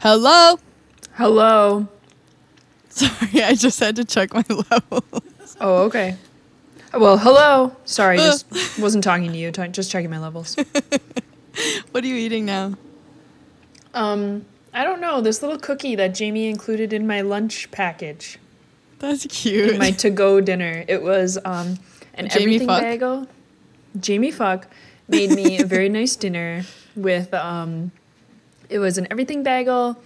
Hello. Hello. Sorry, I just had to check my level. Oh, okay. Well, hello. Sorry, just wasn't talking to you. t- Just checking my levels. what are you eating now? Um, I don't know this little cookie that Jamie included in my lunch package, That's cute. my to-go dinner. It was um an Jamie everything fuck. bagel. Jamie fuck made me a very nice dinner with um, it was an everything bagel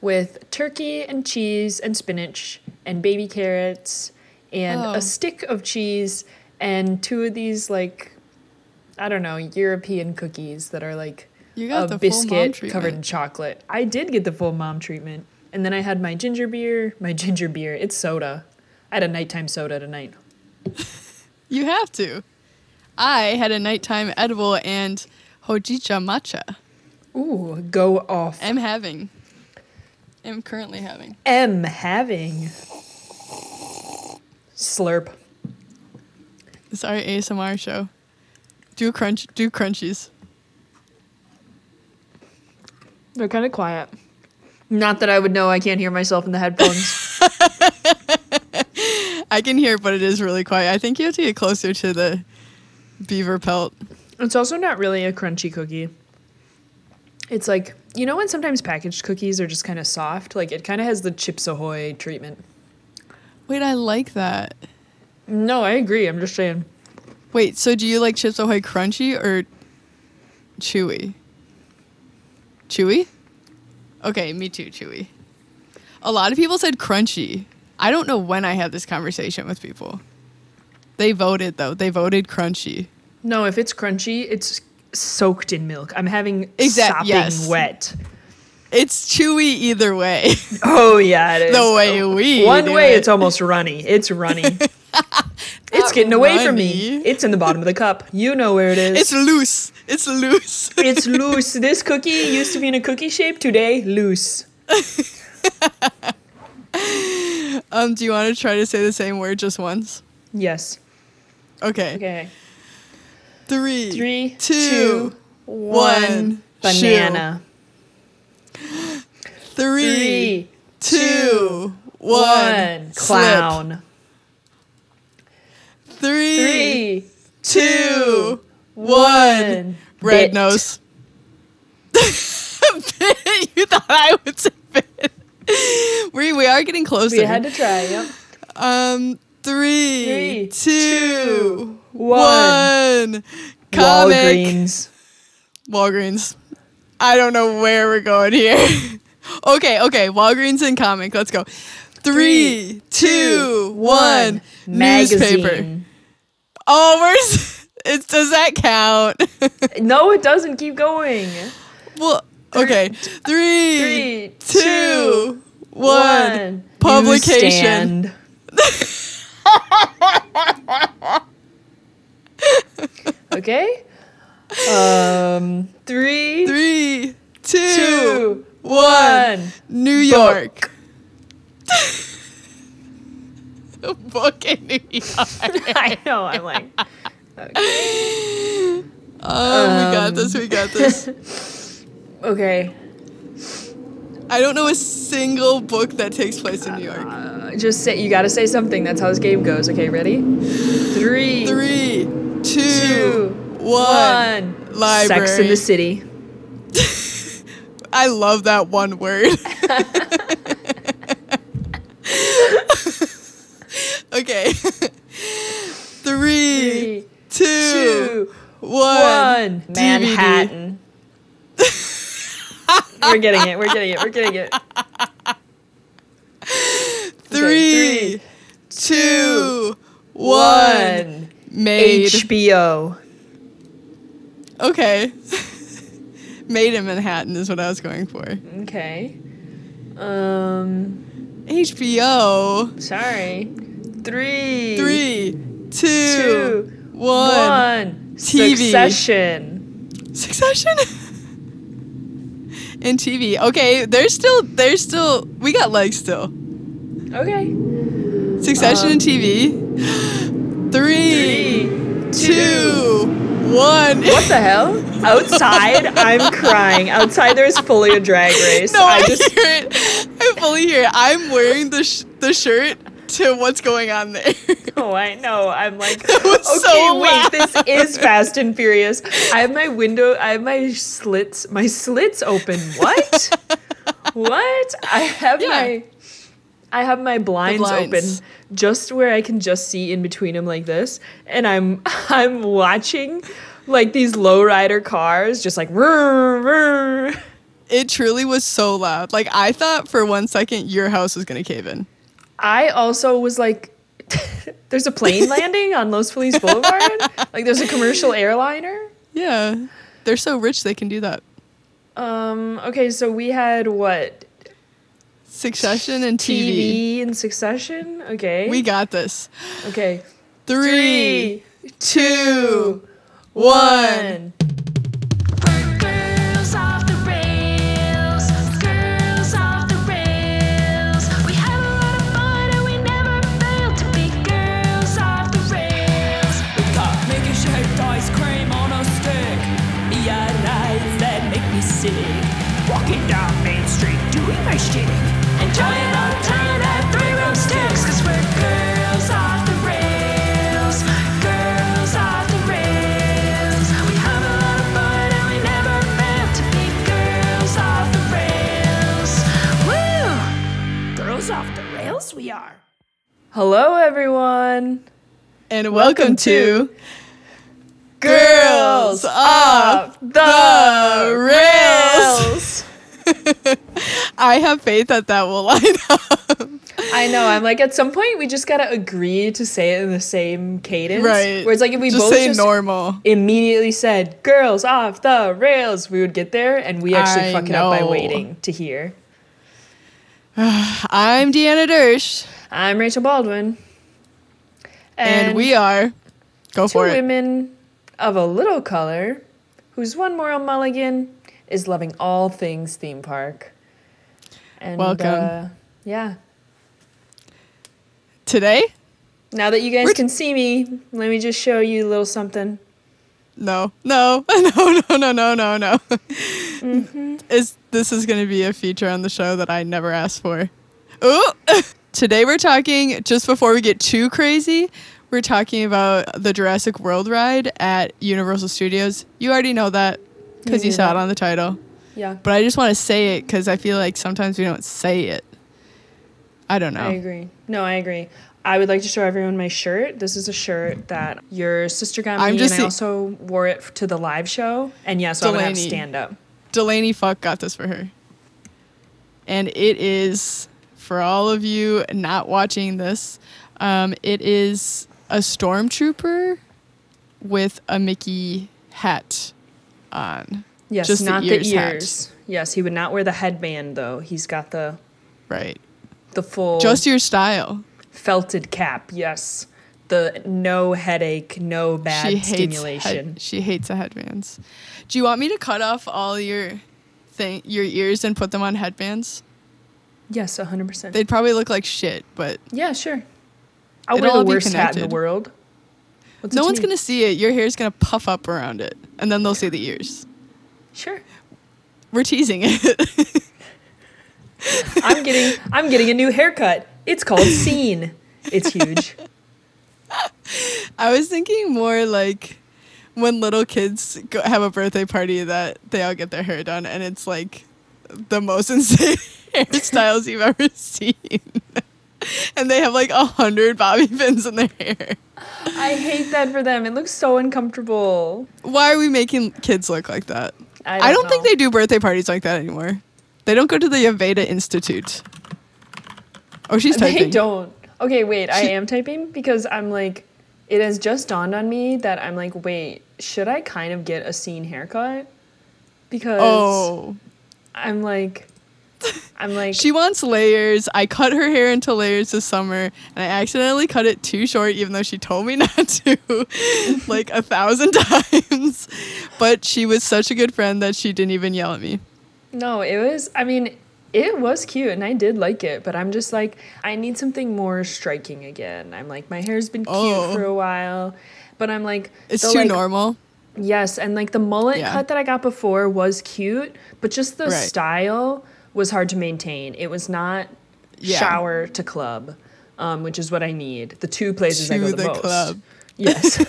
with turkey and cheese and spinach and baby carrots and Oh. a stick of cheese and two of these like I don't know European cookies that are like You got a the full mom biscuit covered in treatment. chocolate. I did get the full mom treatment, and then I had my ginger beer. My ginger beer, it's soda. I had a nighttime soda tonight. you have to. I had a nighttime edible and hojicha matcha. Ooh, go off. I'm having. I'm currently having. am having slurp. It's our ASMR show. Do crunch. Do crunchies. They're kind of quiet. Not that I would know. I can't hear myself in the headphones. I can hear, it, but it is really quiet. I think you have to get closer to the beaver pelt. it's also not really a crunchy cookie. It's like you know when sometimes packaged cookies are just kind of soft. Like it kind of has the Chips Ahoy treatment. Wait, I like that. No, I agree. I'm just saying. Wait, so do you like Chips Ahoy crunchy or chewy? Chewy? Okay, me too, chewy. A lot of people said crunchy. I don't know when I had this conversation with people. They voted though. They voted crunchy. No, if it's crunchy, it's soaked in milk. I'm having Exact- sopping yes. wet. It's chewy either way. Oh yeah, it is. the way we One do way, it. it's almost runny. It's runny. it's Not getting away from me. runny. It's in the bottom of the cup. You know where it is. it's loose. It's loose. it's loose. This cookie used to be in a cookie shape. Today, loose. um, do you want to try to say the same word just once? Yes. Okay. Okay. Three, Three, two, two, one. one, Banana. three, Three, two, one. one. Clown. Slip. Three, Three, two, one. red Bit. nose. Bit. you thought I would say bit. We we are getting closer. We had to try. Yep. um, three, Three, two, two, one. Comic. Walgreens. Walgreens. I don't know where we're going here. okay, okay. Walgreens and comic. Let's go. Three, two, one. Newspaper. Magazine. Oh, we're. s- It's, does that count? No, it doesn't. Keep going. Well, okay. Three, two, three, two, one. Publication. Newsstand. okay. Um. Three, two, Three, two, one. one. New York. Book in New York. I know. I'm like. Oh, we got this. We got this. Okay. I don't know a single book that takes place in New York. uh, Just say. You gotta say something. That's how this game goes. Okay. Ready. Three, two, one. Three, two, one. Library. Sex in the City. I love that one word. okay. Three, Three, two, two, one. one. DVD. Manhattan. we're getting it. We're getting it. We're getting it. Three, two, one. One. Made. HBO. Okay. Made in Manhattan is what I was going for. Okay. Um. HBO. Sorry. Three. Three, two, one. Two. One. TV. Succession. Succession and TV. Okay, there's still there's still we got legs still. Okay. Succession and TV. Three, Three. two, one. What the hell? Outside, I'm crying. Outside, there's fully a drag race. No, I, I just hear it. I fully hear it. I'm wearing the sh- the shirt to what's going on there. Oh, I know. I'm like, okay, was so wait, loud. this is Fast and Furious. I have my window, I have my slits, my slits open. What? what? I have Yeah. my, I have my blinds, blinds. open, just where I can just see in between them like this, and I'm, I'm watching, like these lowrider cars, just like, "Rrr, rrr." it truly was so loud. Like I thought for one second your house was gonna cave in. I also was like. there's a plane landing on Los Feliz Boulevard. like there's a commercial airliner. Yeah, they're so rich they can do that. Um. Okay. So we had what Succession and TV. TV, in Succession. Okay. We got this. okay. Three, two, one. one. Girls off the rails, girls off the rails. We had a lot of fun and we never failed to be girls off the rails. Got Mickey shaped ice cream on a stick. Yeah, nights that make me sick. Walking down Main Street, doing my shit. Enjoying our time at three room sticks, cause we're girls off the rails, girls off the rails. We have a lot of fun and we never failed to be girls off the rails. Woo! Girls off the rails, we are. Hello, everyone. And welcome, Welcome to to Girls Off the Rails. I have faith that that will line up. I know. I'm like, at some point, we just gotta agree to say it in the same cadence. Right. Where it's like if we just both say just normal. immediately said "girls off the rails," we would get there, and we actually I fuck it up by know. waiting to hear. I'm Deanna Dersh, I'm Rachel Baldwin. and, we are. Go two for it. women of a little color whose one moral mulligan is loving all things theme park. And Welcome. uh, yeah. Today? Now that you guys We're- can see me, let me just show you a little something. No, no, no, no, no, no, no, no. Is this is going to be a feature on the show that I never asked for? Ooh. Today we're talking. Just before we get too crazy, we're talking about the Jurassic World ride at Universal Studios. You already know that because you knew saw that. it on the title. Yeah, But I just want to say it because I feel like sometimes we don't say it. I don't know. I agree. No, I agree. I would like to show everyone my shirt. This is a shirt that your sister got I'm me, just and see- I also wore it f- to the live show. And yes, I would have Delaney. stand up. Delaney Fuck got this for her. And it is, for all of you not watching this, um, it is a stormtrooper with a Mickey hat on. Yes, Just the not ears hat. Yes, he would not wear the headband though. He's got the Right. the full Just your style. felted cap. Yes, the no headache, no bad she hates head- stimulation. she hates the headbands. Do you want me to cut off all your thing your ears and put them on headbands? yes, hundred percent. They'd probably look like shit, but Yeah, sure. I'll It'll wear all the be worst hat in the connected. world. What's it no to one's me? gonna see it. Your hair's gonna puff up around it, and then they'll see the ears. Sure. We're teasing it. I'm getting. I'm getting a new haircut. It's called Scene. It's huge. I was thinking more like when little kids go, have a birthday party that they all get their hair done, and it's like the most insane hairstyles you've ever seen. and they have like a hundred bobby pins in their hair. I hate that for them. It looks so uncomfortable. Why are we making kids look like that? I I don't don't, think know. they do birthday parties like that anymore. They don't go to the Aveda Institute. Oh, she's typing. They don't. Okay, wait. I am typing because I'm like, it has just dawned on me that I'm like, wait, should I kind of get a scene haircut? Because Oh, I'm like, I'm like, she wants layers. I cut her hair into layers this summer, and I accidentally cut it too short, even though she told me not to, like a thousand times. But she was such a good friend that she didn't even yell at me. no, it was. I mean, it was cute and I did like it, but I'm just like, I need something more striking again. I'm like, my hair's been cute Oh. for a while, but I'm like, It's the, too like, normal. Yes, and like the mullet Yeah. cut that I got before was cute, but just the Right. style was hard to maintain. It was not Yeah. shower to club, um, which is what I need. The two places I To go the, the most. club. Yes.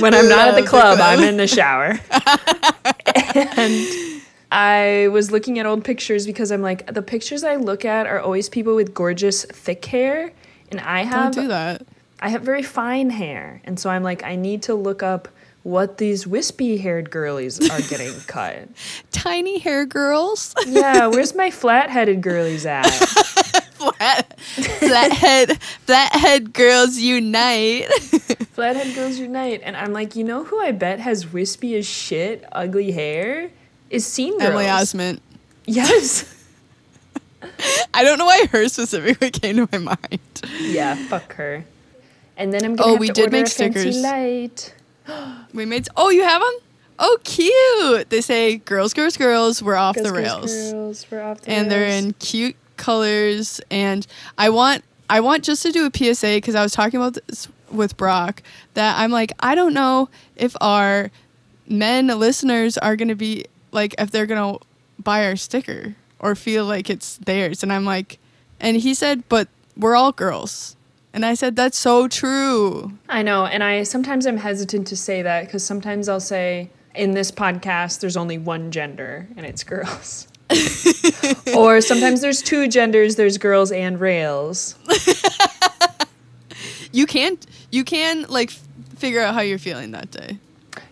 when I'm not at the Love the club, club. I'm in the shower. and I was looking at old pictures because I'm like, the pictures I look at are always people with gorgeous thick hair, and I have Don't do that. I have very fine hair, and so I'm like, I need to look up what these wispy haired girlies are getting cut. Tiny hair girls, Yeah, where's my flat headed girlies at? flat, flathead, flathead girls unite. Flathead girls unite. And I'm like, you know who I bet has wispy as shit, ugly hair? Is Scene Girls. Emily Osment. Yes. I don't know why her specifically came to my mind. Yeah, fuck her. And then I'm gonna Oh, have we to did order make a fancy stickers. light. We made. Oh, you have them? Oh, cute. They say girls, girls, girls. We're off the Girls, rails. girls, girls, we're off the and they're rails. in cute colors and i want i want just to do a psa because i was talking about this with brock that i'm like i don't know if our men listeners are going to be like if they're going to buy our sticker or feel like it's theirs and i'm like and he said but we're all girls and i said that's so true I know, and I sometimes I'm hesitant to say that because sometimes I'll say in this podcast there's only one gender and it's girls. or sometimes there's two genders, there's girls and rails. you can't you can like f- figure out how you're feeling that day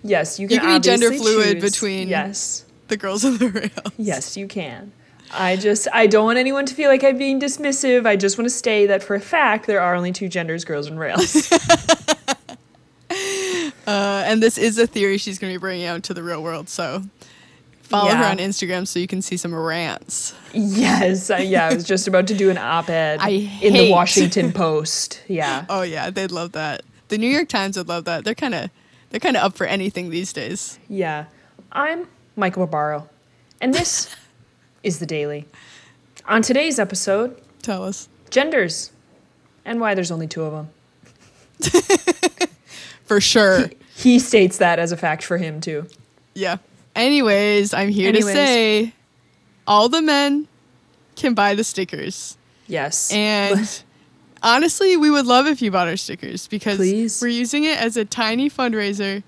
Yes, you can, You can be gender obviously fluid choose- between- Yes. the girls of the rail Yes, you can. I just I don't want anyone to feel like I'm being dismissive. I just want to say that for a fact there are only two genders, girls and rails. Uh, and this is a theory she's going to be bringing out to the real world. So follow her Yeah. on Instagram so you can see some rants. yes, I, yeah, I was just about to do an op-ed I in the hate- Washington Post. Yeah. Oh yeah, they'd love that. The New York Times would love that. They're kind of they're kind of up for anything these days. Yeah. I'm Michael Barbaro, and this is The Daily. On today's episode, Tell us genders and why there's only two of them. for sure. He states that as a fact for him, too. yeah. Anyways, I'm here Anyways. to say all the men can buy the stickers. Yes. And honestly, we would love if you bought our stickers because Please. we're using it as a tiny fundraiser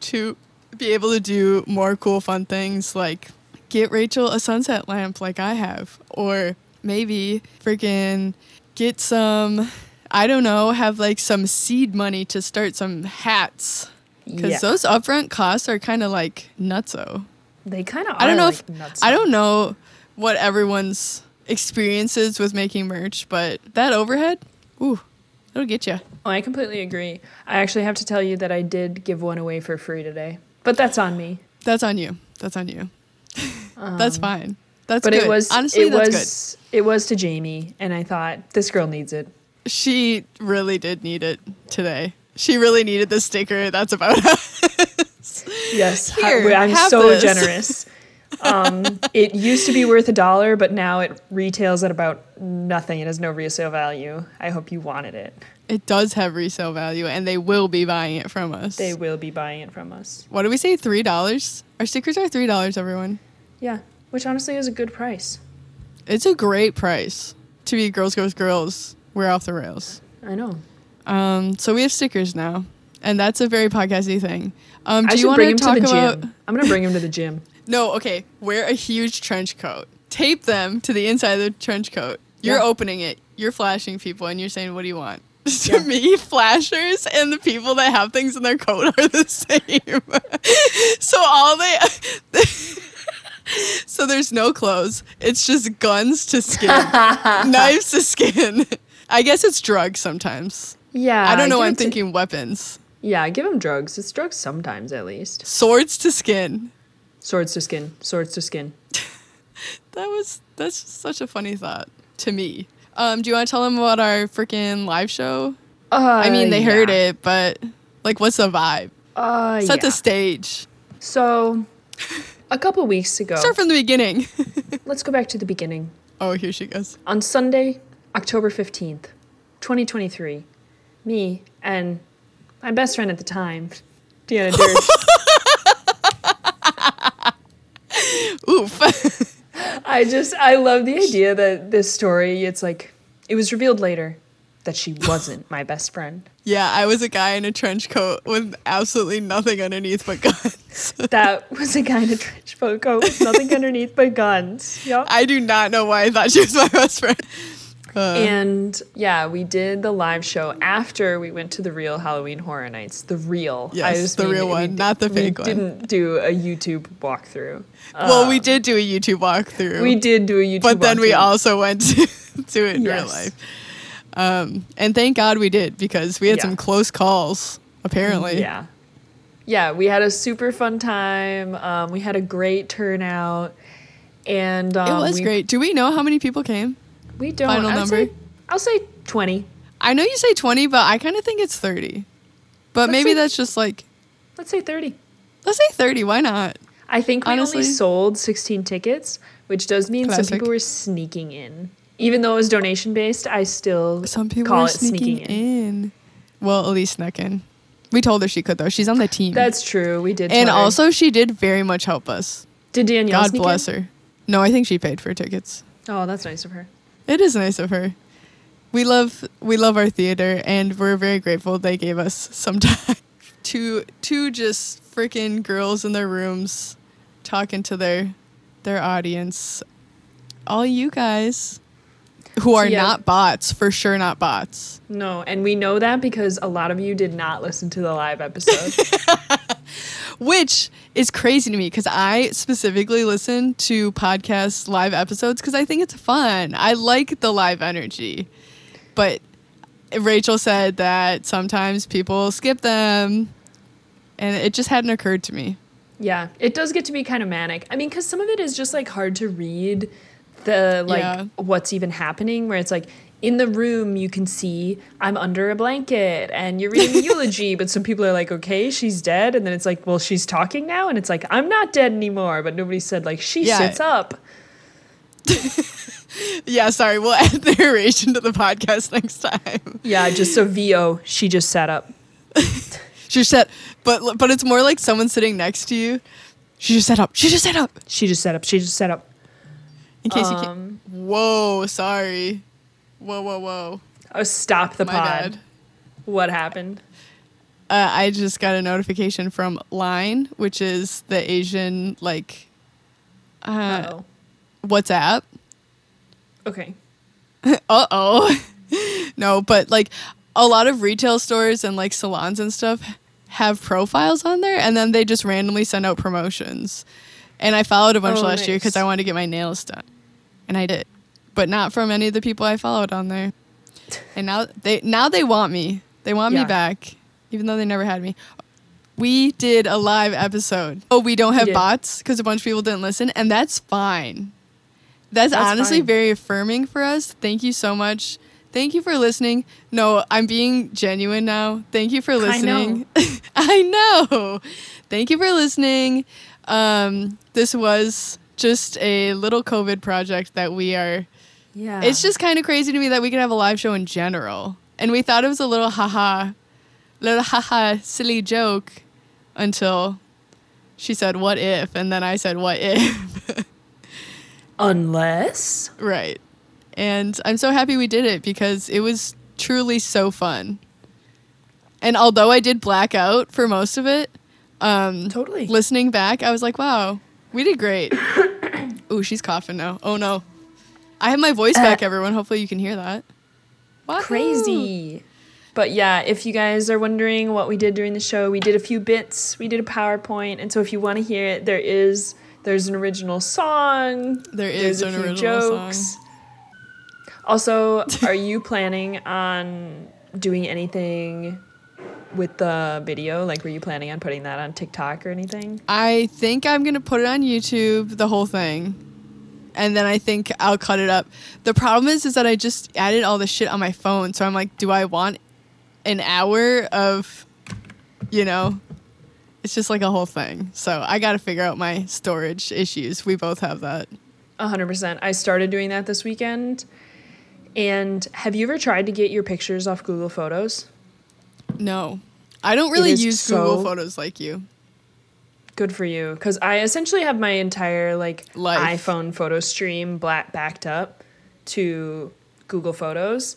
to be able to do more cool, fun things like get Rachel a sunset lamp like I have, or maybe freaking get some, I don't know, have like some seed money to start some hats. Because Yeah. those upfront costs are kind of like nutso. they kind of are I don't know like if nuts. I don't know what everyone's experiences with making merch, but that overhead, ooh, it'll get you. Oh, I completely agree. I actually have to tell you that I did give one away for free today, but that's on me. That's on you. That's on you. that's fine. That's Um, But good. it was honestly it that's was it was to Jamie, and I thought this girl needs it. good. She really did need it today. She really needed the sticker. That's about us. Yes, ha- Here, I'm have so this. generous. Um, it used to be worth a dollar, but now it retails at about nothing. It has no resale value. I hope you wanted it. it does have resale value, and they will be buying it from us. They will be buying it from us. what do we say? Three dollars. Our stickers are three dollars. Everyone. Yeah, which honestly is a good price. It's a great price to be girls, girls, girls. We're off the rails. I know. Um, so we have stickers now, and that's a very podcasty thing. Um, do I you should want bring to him to talk the about? gym. I'm gonna bring him to the gym. No, okay. Wear a huge trench coat. Tape them to the inside of the trench coat. You're Yeah. opening it. You're flashing people, and you're saying, "What do you want?" To Yeah. me, flashers and the people that have things in their coat are the same. so all they. so there's no clothes. It's just guns to skin, knives to skin. I guess it's drugs sometimes. Yeah, I don't know. Uh, give why I'm him to- thinking weapons. yeah, give him drugs. It's drugs sometimes, at least. Swords to skin. Swords to skin. Swords to skin. That was that's just such a funny thought to me. Um, do you want to tell them about our freaking live show? Uh, I mean, they heard it, but like, what's the vibe? Uh, Set yeah. the stage. so, a couple weeks ago, Start from the beginning. let's go back to the beginning. oh, here she goes. On Sunday, October 15th, 2023, me and my best friend at the time, Deanna Durst, poof. I just I love the idea that this story it's like it was revealed later that she wasn't my best friend. yeah, I was a guy in a trench coat with absolutely nothing underneath but guns. That was a guy in a trench coat with nothing underneath but guns. Yep. I do not know why I thought she was my best friend. Uh, and yeah, we did the live show after we went to the real Halloween Horror Nights. The real, Yes, the real we one, not the we fake one. Didn't do a YouTube walkthrough. well, we did do a YouTube walkthrough. We did do a YouTube, but then we walkthrough. also went to, to it in real Yes. life. Um, and thank God we did because we had Yeah. some close calls, apparently. Yeah. Yeah, we had a super fun time. Um, we had a great turnout. And It um, was we, great. Do we know how many people came? We don't. Final I would number? Say, I'll say 20. I know you say 20, but I kind of think it's 30. But Let's maybe say- that's just like, Let's say 30. let's say 30. Why not? I think we Honestly. only sold 16 tickets, which does mean Classic. some people were sneaking in. Even though it was donation based, I still Some people call are it sneaking, sneaking in. in. Well, Elise snuck in. We told her she could, though. She's on the team. That's true. We did. and tell her. also, she did very much help us. did Danielle? God sneak bless in? her. No, I think she paid for tickets. Oh, that's nice of her. It is nice of her. We love we love our theater and we're very grateful they gave us some time. two two just freaking girls in their rooms talking to their their audience. All you guys who are yeah. not bots, for sure not bots. No, and we know that because a lot of you did not listen to the live episode. Which is crazy to me because I specifically listen to podcast live episodes because I think it's fun. I like the live energy. But Rachel said that sometimes people skip them. And it just hadn't occurred to me. yeah, it does get to be kind of manic. I mean, because some of it is just like hard to read the like Yeah. what's even happening, where it's like in the room you can see I'm under a blanket and you're reading the eulogy, but some people are like, okay, she's dead, and then it's like, well, she's talking now, and it's like I'm not dead anymore, but nobody said like she Yeah. sits up. Yeah, sorry. We'll add the narration to the podcast next time. Yeah, just so VO, she just sat up. She said, but but it's more like someone sitting next to you. She just sat up. She just sat up. She just sat up. She just sat up. In case you can't. Whoa, sorry. Whoa, whoa, whoa. Oh, stop the My pod. bad. What happened? Uh, I just got a notification from Line, which is the Asian like uh, oh. WhatsApp. Okay. Uh oh, no, but like a lot of retail stores and like salons and stuff have profiles on there, and then they just randomly send out promotions. And I followed a bunch Oh, last year 'cause year because nice. I wanted to get my nails done, and I did, but not from any of the people I followed on there. And now they now they want me. They want Yeah. me back, even though they never had me. We did a live episode. Oh, we don't have did. bots because a bunch of people didn't listen, and that's fine. That's, That's honestly fine. very affirming for us. Thank you so much. Thank you for listening. No, I'm being genuine now. Thank you for listening. I know. Thank you for listening. Um, this was just a little COVID project that we are. Yeah. It's just kind of crazy to me that we could have a live show in general. And we thought it was a little haha, little haha, silly joke until she said, What if? And then I said, What if? unless Right. And I'm so happy we did it because it was truly so fun. And although I did black out for most of it, um, totally. listening back, I was like, wow, we did great. Ooh, she's coughing now. Oh no. I have my voice back, everyone. Hopefully you can hear that. Wahoo! Crazy. But yeah, if you guys are wondering what we did during the show, we did a few bits. We did a PowerPoint, and so if you want to hear it, there is there's an original song. There is there's an original song. Also, are you planning on doing anything with the video? Like, were you planning on putting that on TikTok or anything? I think I'm gonna put it on YouTube, the whole thing, and then I think I'll cut it up. The problem is, is that I just added all the shit on my phone, so I'm like, do I want an hour of, you know, it's just like a whole thing. So I gotta figure out my storage issues. We both have that. hundred percent. I started doing that this weekend. And have you ever tried to get your pictures off Google Photos? No, I don't really is use so- Google Photos like you. Good for you. Because I essentially have my entire like Life. iPhone photo stream black backed up to Google Photos.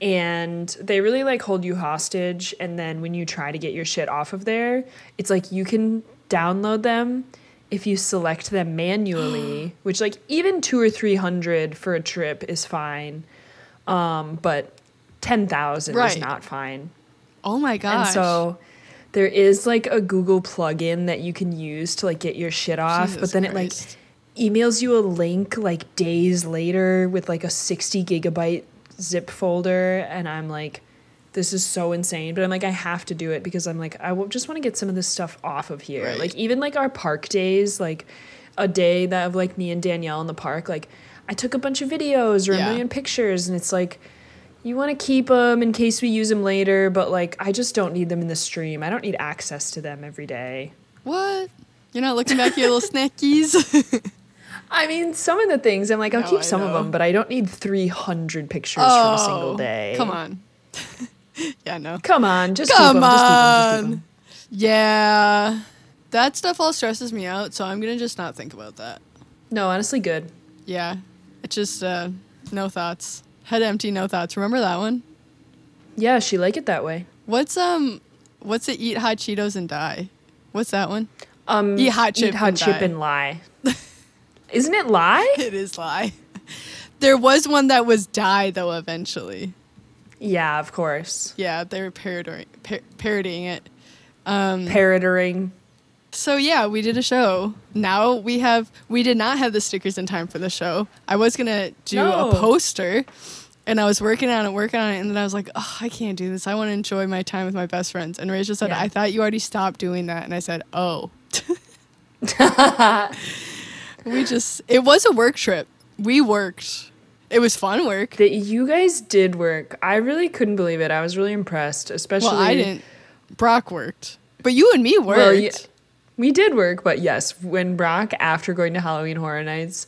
And they really like hold you hostage. And then when you try to get your shit off of there, it's like you can download them if you select them manually, which like even two or three hundred for a trip is fine. Um, but ten thousand is Right. not fine. Oh my And gosh. so there is like a Google plugin that you can use to like get your shit off, but Jesus then Christ. it like emails you a link like days later with like a 60 gigabyte zip folder and I'm like this is so insane, but I'm like I have to do it because I'm like I w- just want to get some of this stuff off of here. Right. Like even like our park days, like a day that of like me and Danielle in the park, like I took a bunch of videos or a Yeah. million pictures and it's like you want to keep them in case we use them later, but like I just don't need them in the stream. I don't need access to them every day. what? You're not looking back at your little snackies? I mean, some of the things I'm like, I'll No, keep I some of know. them, but I don't need 300 pictures from a single day. Oh, Come on. yeah, no. Come on, just Come keep 'em, just keep 'em, just keep on. 'em. Yeah. That stuff all stresses me out, so I'm gonna just not think about that. No, honestly, good. Yeah. It's just uh no thoughts. Head empty, no thoughts. Remember that one? Yeah, she like it that way. What's um what's it eat hot Cheetos and die? What's that one? Um, Eat hot chip eat hot and chip die. and lie. Isn't it lie? It is lie. There was one that was die though eventually. Yeah, of course. Yeah, they were parodying par- parodying it. Um Parroting. So yeah, we did a show. Now we have we did not have the stickers in time for the show. I was gonna do No. a poster, and I was working on it, working on it, and then I was like, oh, I can't do this. I want to enjoy my time with my best friends. And Rachel said, Yeah. I thought you already stopped doing that, and I said, oh. we just it was a work trip. We worked. It was fun work. That you guys did work. I really couldn't believe it. I was really impressed, especially. well, I didn't. Brock worked, but you and me worked. Well, yeah, we did work, but yes, when Brock, after going to Halloween Horror Nights,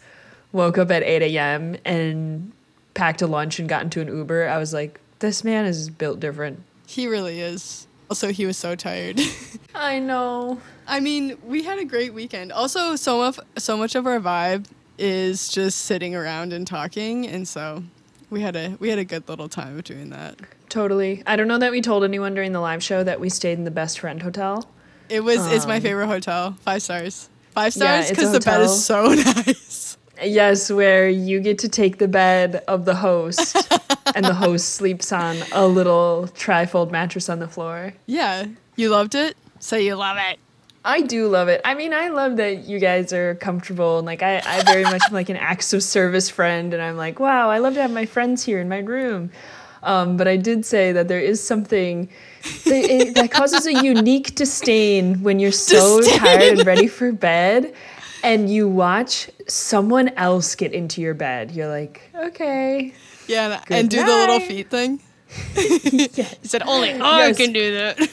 woke up at 8 a.m. and packed a lunch and got into an Uber, I was like, this man is built different. He really is. Also, he was so tired. I know. I mean, we had a great weekend. Also, so much so much of our vibe is just sitting around and talking, and so we had a we had a good little time of doing that. Totally. I don't know that we told anyone during the live show that we stayed in the best friend hotel. It was it's my favorite hotel. Five stars. Five stars Um, it's a because the bed is so nice. Yes, where you get to take the bed of the host and the host sleeps on a little trifold mattress on the floor. Yeah, you loved it. So you love it. I do love it. I mean, I love that you guys are comfortable and like I, I very much am like an acts of service friend and I'm like, wow, I love to have my friends here in my room. Um, but I did say that there is something that, it, that causes a unique disdain when you're so Disdain. tired and ready for bed and you watch someone else get into your bed. You're like, okay. Yeah, and, Good and do the little night. feet thing. Yes. He said only I Yes. can do that.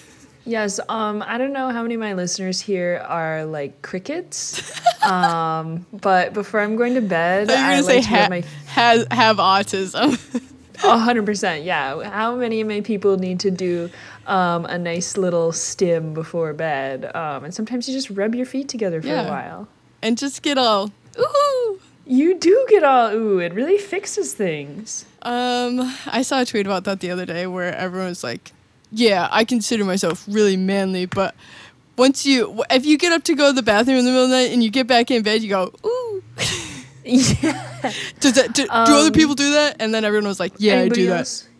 Yes, um, I don't know how many of my listeners here are like crickets, um, but before I'm going to bed, So you're I gonna like say to have ha- my has have autism. hundred percent. Yeah, how many of my people need to do um, a nice little stim before bed? Um, and sometimes you just rub your feet together for a Yeah. while. and just get all ooh. You do get all ooh. It really fixes things. Um, I saw a tweet about that the other day where everyone was like, "Yeah, I consider myself really manly, but once you if you get up to go to the bathroom in the middle of the night and you get back in bed, you go ooh." Yeah. Um, Does that do, do other people do that? And then everyone was like, "Yeah, I do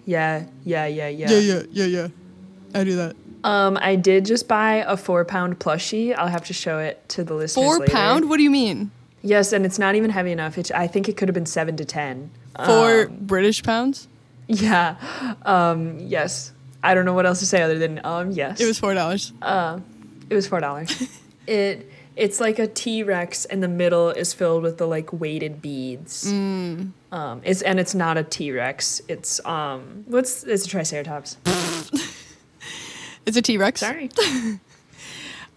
Yeah, yeah, yeah, yeah. that. Yeah, yeah, yeah, yeah. I do that. Um, I did just buy a four pound plushie. I'll have to show it to the listeners. Four later. pound? What do you mean? Yes, and it's not even heavy enough. It, I think it could have been seven to ten. Four Um, British pounds? yeah. Um, yes. I don't know what else to say other than um, yes. It was four dollars. It was four dollars. it it's like a T Rex, and the middle is filled with the like weighted beads. Mm. Um, it's and it's not a T Rex. It's um, what's it's a Triceratops. It's a T Rex. Sorry.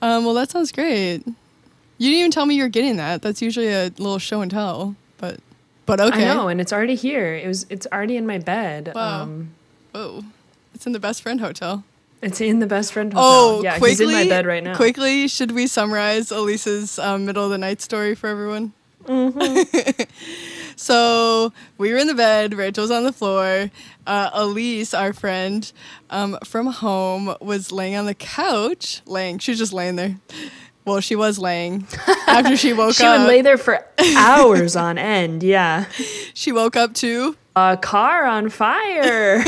Um, well, that sounds great. You didn't even tell me you were getting that. That's usually a little show and tell, but but okay. I know, and it's already here. It was. It's already in my bed. Wow. Um, Oh, Whoa. It's in the best friend hotel. It's in the best friend hotel. Oh, yeah, quickly, he's in my bed right now. Quickly, should we summarize Elise's um, middle of the night story for everyone? Mm-hmm. so we were in the bed. Rachel's on the floor. Uh, Elise, our friend um, from home, was laying on the couch. Laying, she was just laying there. Well, she was laying after she woke She up. would lay there for hours on end. Yeah, she woke up too, a car on fire.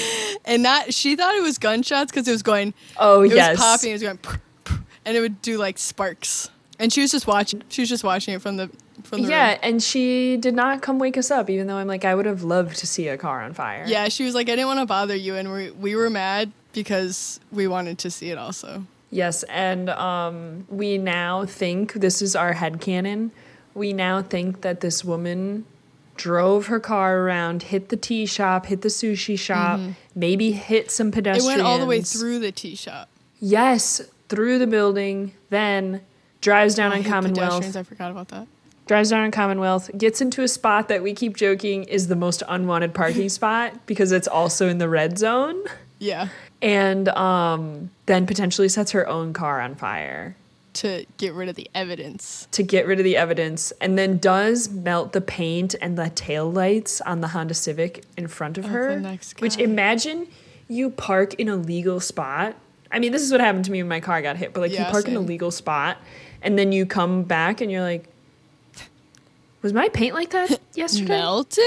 and not. She thought it was gunshots because it was going. Oh it yes, was popping. It was going, "Pr- pr-" and it would do like sparks. And she was just watching. She was just watching it from the from the yeah, room. and she did not come wake us up, even though I'm like, I would have loved to see a car on fire. Yeah, she was like, I didn't want to bother you, and we we were mad because we wanted to see it also. Yes, and um, we now think this is our headcanon. We now think that this woman drove her car around, hit the tea shop, hit the sushi shop, maybe hit some Mm-hmm. It pedestrians. went all the way through the tea shop. Yes, through the building, then drives down on Oh, Hit Commonwealth. pedestrians, I forgot about that. drives down on Commonwealth, gets into a spot that we keep joking is the most unwanted parking spot because it's also in the red zone, Yeah, and um, then potentially sets her own car on fire to get rid of the evidence. to get rid of the evidence, and then does melt the paint and the taillights on the Honda Civic in front of her. next Which guy. imagine you park in a legal spot. I mean, this is what happened to me when my car got hit, but like Yeah, you park in a same. legal spot, and then you come back and you're like, was my paint like that yesterday? Melted.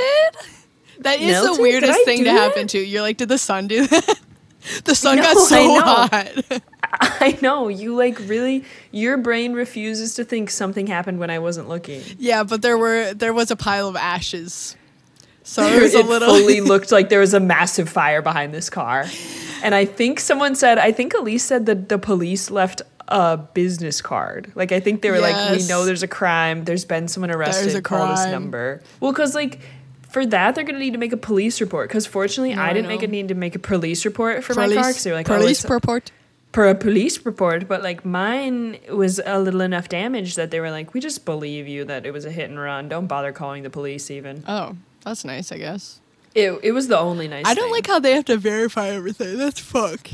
That is Melted? the Did weirdest I thing do to happen that? to. You're like, did the sun do that? the sun No, got I so know. hot. I know. You like really, your brain refuses to think something happened when I wasn't looking. yeah, but there were there was a pile of ashes. So It, there was a little. fully looked like there was a massive fire behind this car. And I think someone said, I think Elise said that the police left a business card. Like, I think they were like, we Yes. know there's a crime. There's been someone arrested. a Call this crime." number. Well, because like, for that, they're gonna need to make a police report. Because fortunately, I I didn't make know. a need to make a police report for my car. police Because they were like, oh, police it's- purport. per a police report, but like mine was a little enough damage that they were like, we just believe you that it was a hit and run. Don't bother calling the police even. Oh, that's nice, I guess. It, it was the only nice. I don't thing. like how they have to verify everything. That's fuck.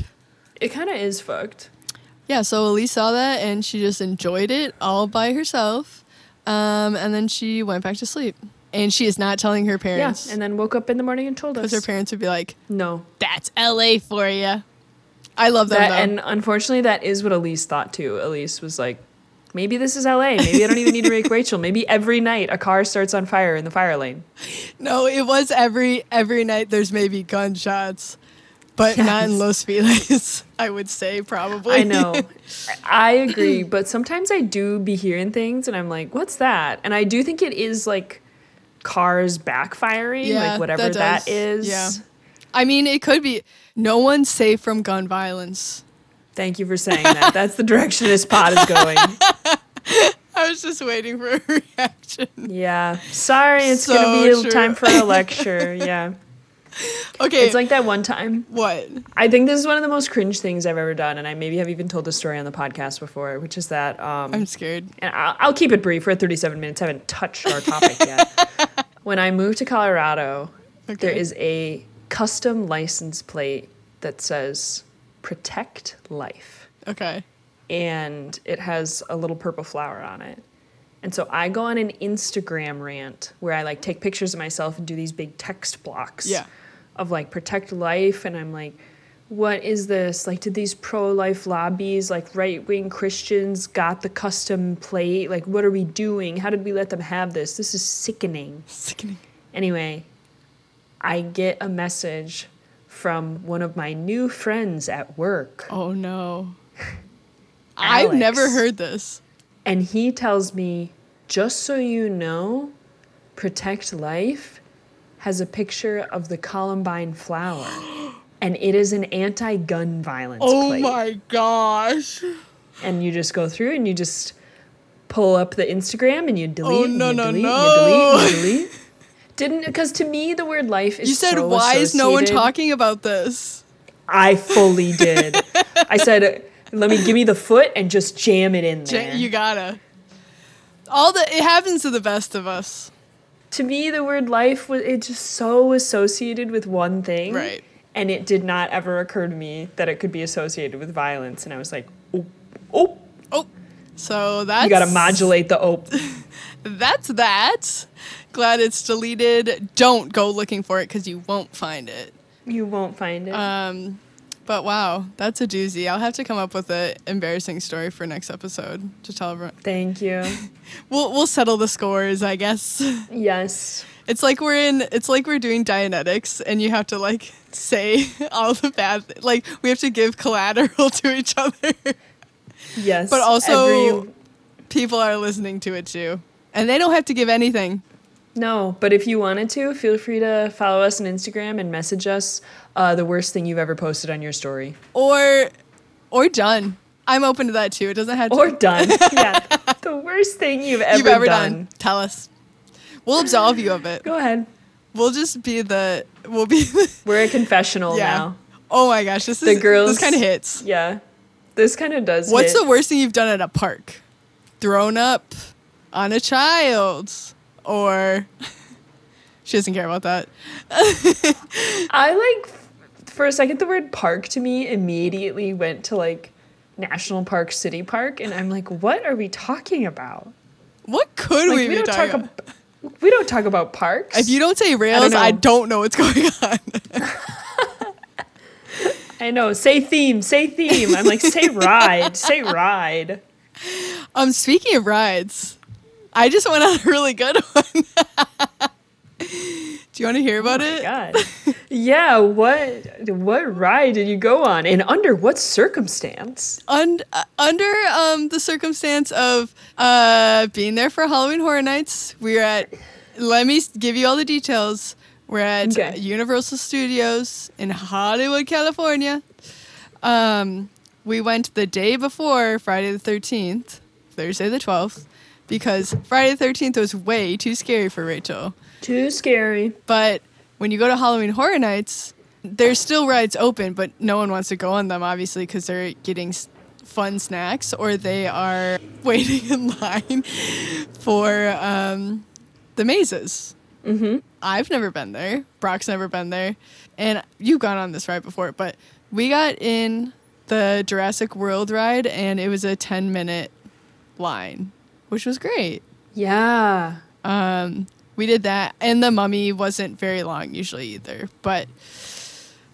it. Kind of is fucked. Yeah, so Elise saw that and she just enjoyed it all by herself. Um, and then she went back to sleep. And she is not telling her parents. Yeah, and then woke up in the morning and told us. because her parents would be like, no, that's LA for you. I love them, that though. and unfortunately that is what Elise thought too. Elise was like, maybe this is L.A. Maybe I don't even need to make Rachel. Maybe every night a car starts on fire in the fire lane. no, it was every every night there's maybe gunshots, but not in Yes. Los Feliz, I would say, probably. I know. I agree, but sometimes I do be hearing things and I'm like, what's that? And I do think it is like cars backfiring, Yeah, like whatever that that does. is. Yeah. I mean, it could be. No one's safe from gun violence. Thank you for saying that. That's the direction this pod is going. I was just waiting for a reaction. Yeah. Sorry, it's So gonna be a true. time for a lecture. Yeah. Okay. It's like that one time. what? I think this is one of the most cringe things I've ever done, and I maybe have even told this story on the podcast before, which is that um I'm scared. and I'll, I'll keep it brief. We're at 37 minutes. I haven't touched our topic yet. when I moved to Colorado, there Okay. is a custom license plate that says "Protect Life," Okay. and it has a little purple flower on it. And so I go on an Instagram rant where I like take pictures of myself and do these big text blocks Yeah. of like protect life and I'm like what is this? Like did these pro-life lobbies, like right-wing Christians got the custom plate? Like what are we doing? How did we let them have this? This is sickening. Sickening. Anyway, I get a message from one of my new friends at work Oh no. I've Alex. never heard this. and he tells me just so you know, protect life has a picture of the Columbine flower. And it is an anti-gun violence Oh plate. my gosh. and you just go through and you just pull up the Instagram and you delete, Oh, and no, you no, delete, no. and you delete, and you delete. Didn't because to me the word life is You said so why is no one associated." talking about this? I fully did. I said, "Let me give me the foot and just jam it in Ja- there." You gotta. All the it happens to the best of us. to me, the word life was it just so associated with one thing, Right. and it did not ever occur to me that it could be associated with violence. And I was like, oh, oh, Oh, so that's you got to modulate the oh. That's that. Glad it's deleted. Don't go looking for it because you won't find it. You won't find it. Um, but wow, that's a doozy. I'll have to come up with an embarrassing story for next episode to tell everyone. Thank you. We'll we'll settle the scores, I guess. yes. It's like we're in. It's like we're doing Dianetics, and you have to like say all the bad. Like we have to give collateral to each other. Yes. But also, every- people are listening to it too, and they don't have to give anything. no, but if you wanted to, feel free to follow us on Instagram and message us uh, the worst thing you've ever posted on your story. or or done. I'm open to that too. It doesn't have to Or done. yeah. The worst thing you've ever, you've ever done. done. Tell us. We'll absolve you of it. Go ahead. We'll just be the we'll be the, We're a confessional yeah. now. Oh my gosh, this The is girls- this kind of hits. Yeah. This kind of does. What's hit. the worst thing you've done at a park? Thrown up on a child or she doesn't care about that. I like f- for a second the word park to me immediately went to like national park, city park, and I'm like, what are we talking about? What could Like, we, be don't talking talk about? ab- we don't talk about parks. if you don't say rails, know. I don't know what's going on. I know. Say theme. Say theme. I'm like, say ride. Say ride. Um, speaking of rides, I just went on a really good one. Do you want to hear about it? God. Yeah. What what ride did you go on, and under what circumstance? Und- uh, under um, the circumstance of uh, being there for Halloween Horror Nights, we're at, let me s- give you all the details. We're at Okay. Universal Studios in Hollywood, California. Um, we went the day before Friday the 13th, Thursday the 12th, because Friday the 13th was way too scary for Rachel. Too scary. But when you go to Halloween Horror Nights, there's still rides open, but no one wants to go on them, obviously, because they're getting s- fun snacks or they are waiting in line for um, the mazes. I've never been there. Brock's never been there. And you've gone on this ride before, but we got in the Jurassic World ride and it was a 10 minute line, which was great. Yeah. Um, we did that, and the mummy wasn't very long usually either. But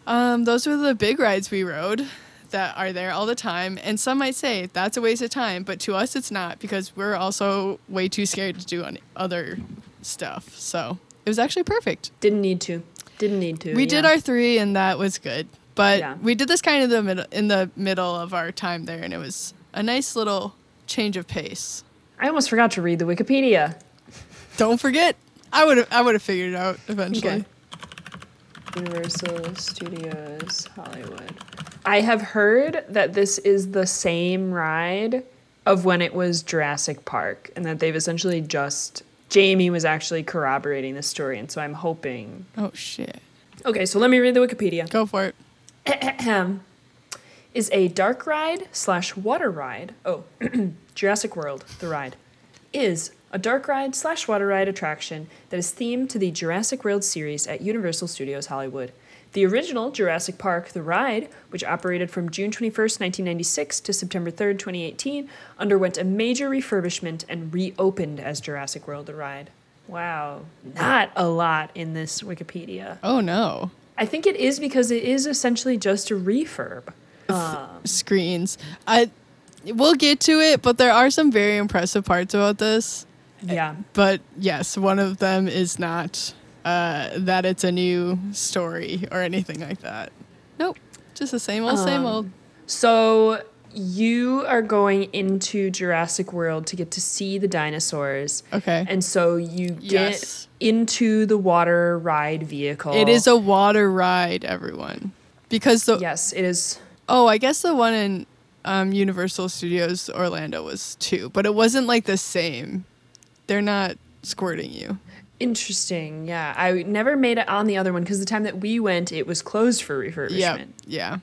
um, those were the big rides we rode that are there all the time. And some might say that's a waste of time, but to us it's not because we're also way too scared to do on other stuff. So it was actually perfect. Didn't need to. Didn't need to. We did yeah. our three, and that was good. But Yeah. we did this kind of the middle in the middle of our time there, and it was a nice little change of pace. I almost forgot to read the Wikipedia. Don't forget, I would have I would have figured it out eventually. Okay. Universal Studios Hollywood. I have heard that this is the same ride of when it was Jurassic Park, and that they've essentially just Jamie was actually corroborating this story, and so I'm hoping. Oh shit. Okay, so let me read the Wikipedia. Go for it. is a dark ride slash water ride. Oh, Jurassic World, the ride. Is a dark ride slash water ride attraction that is themed to the Jurassic World series at Universal Studios Hollywood. The original Jurassic Park, the ride, which operated from June 21st, 1996 to September 3rd, 2018, underwent a major refurbishment and reopened as Jurassic World, the ride. Wow, not a lot in this Wikipedia. Oh no. I think it is because it is essentially just a refurb. Screens. I we'll get to it, but there are some very impressive parts about this. Yeah. But yes, one of them is not uh, that it's a new story or anything like that. Nope. Just the same old, same old. So you are going into Jurassic World to get to see the dinosaurs. Okay. And so you get Yes. into the water ride vehicle. It is a water ride, everyone. Because the Yes, it is. oh, I guess the one in um, Universal Studios Orlando was two, but it wasn't like the same. They're not squirting you. Interesting. Yeah. I never made it on the other one because the time that we went, it was closed for refurbishment. Yeah, yeah.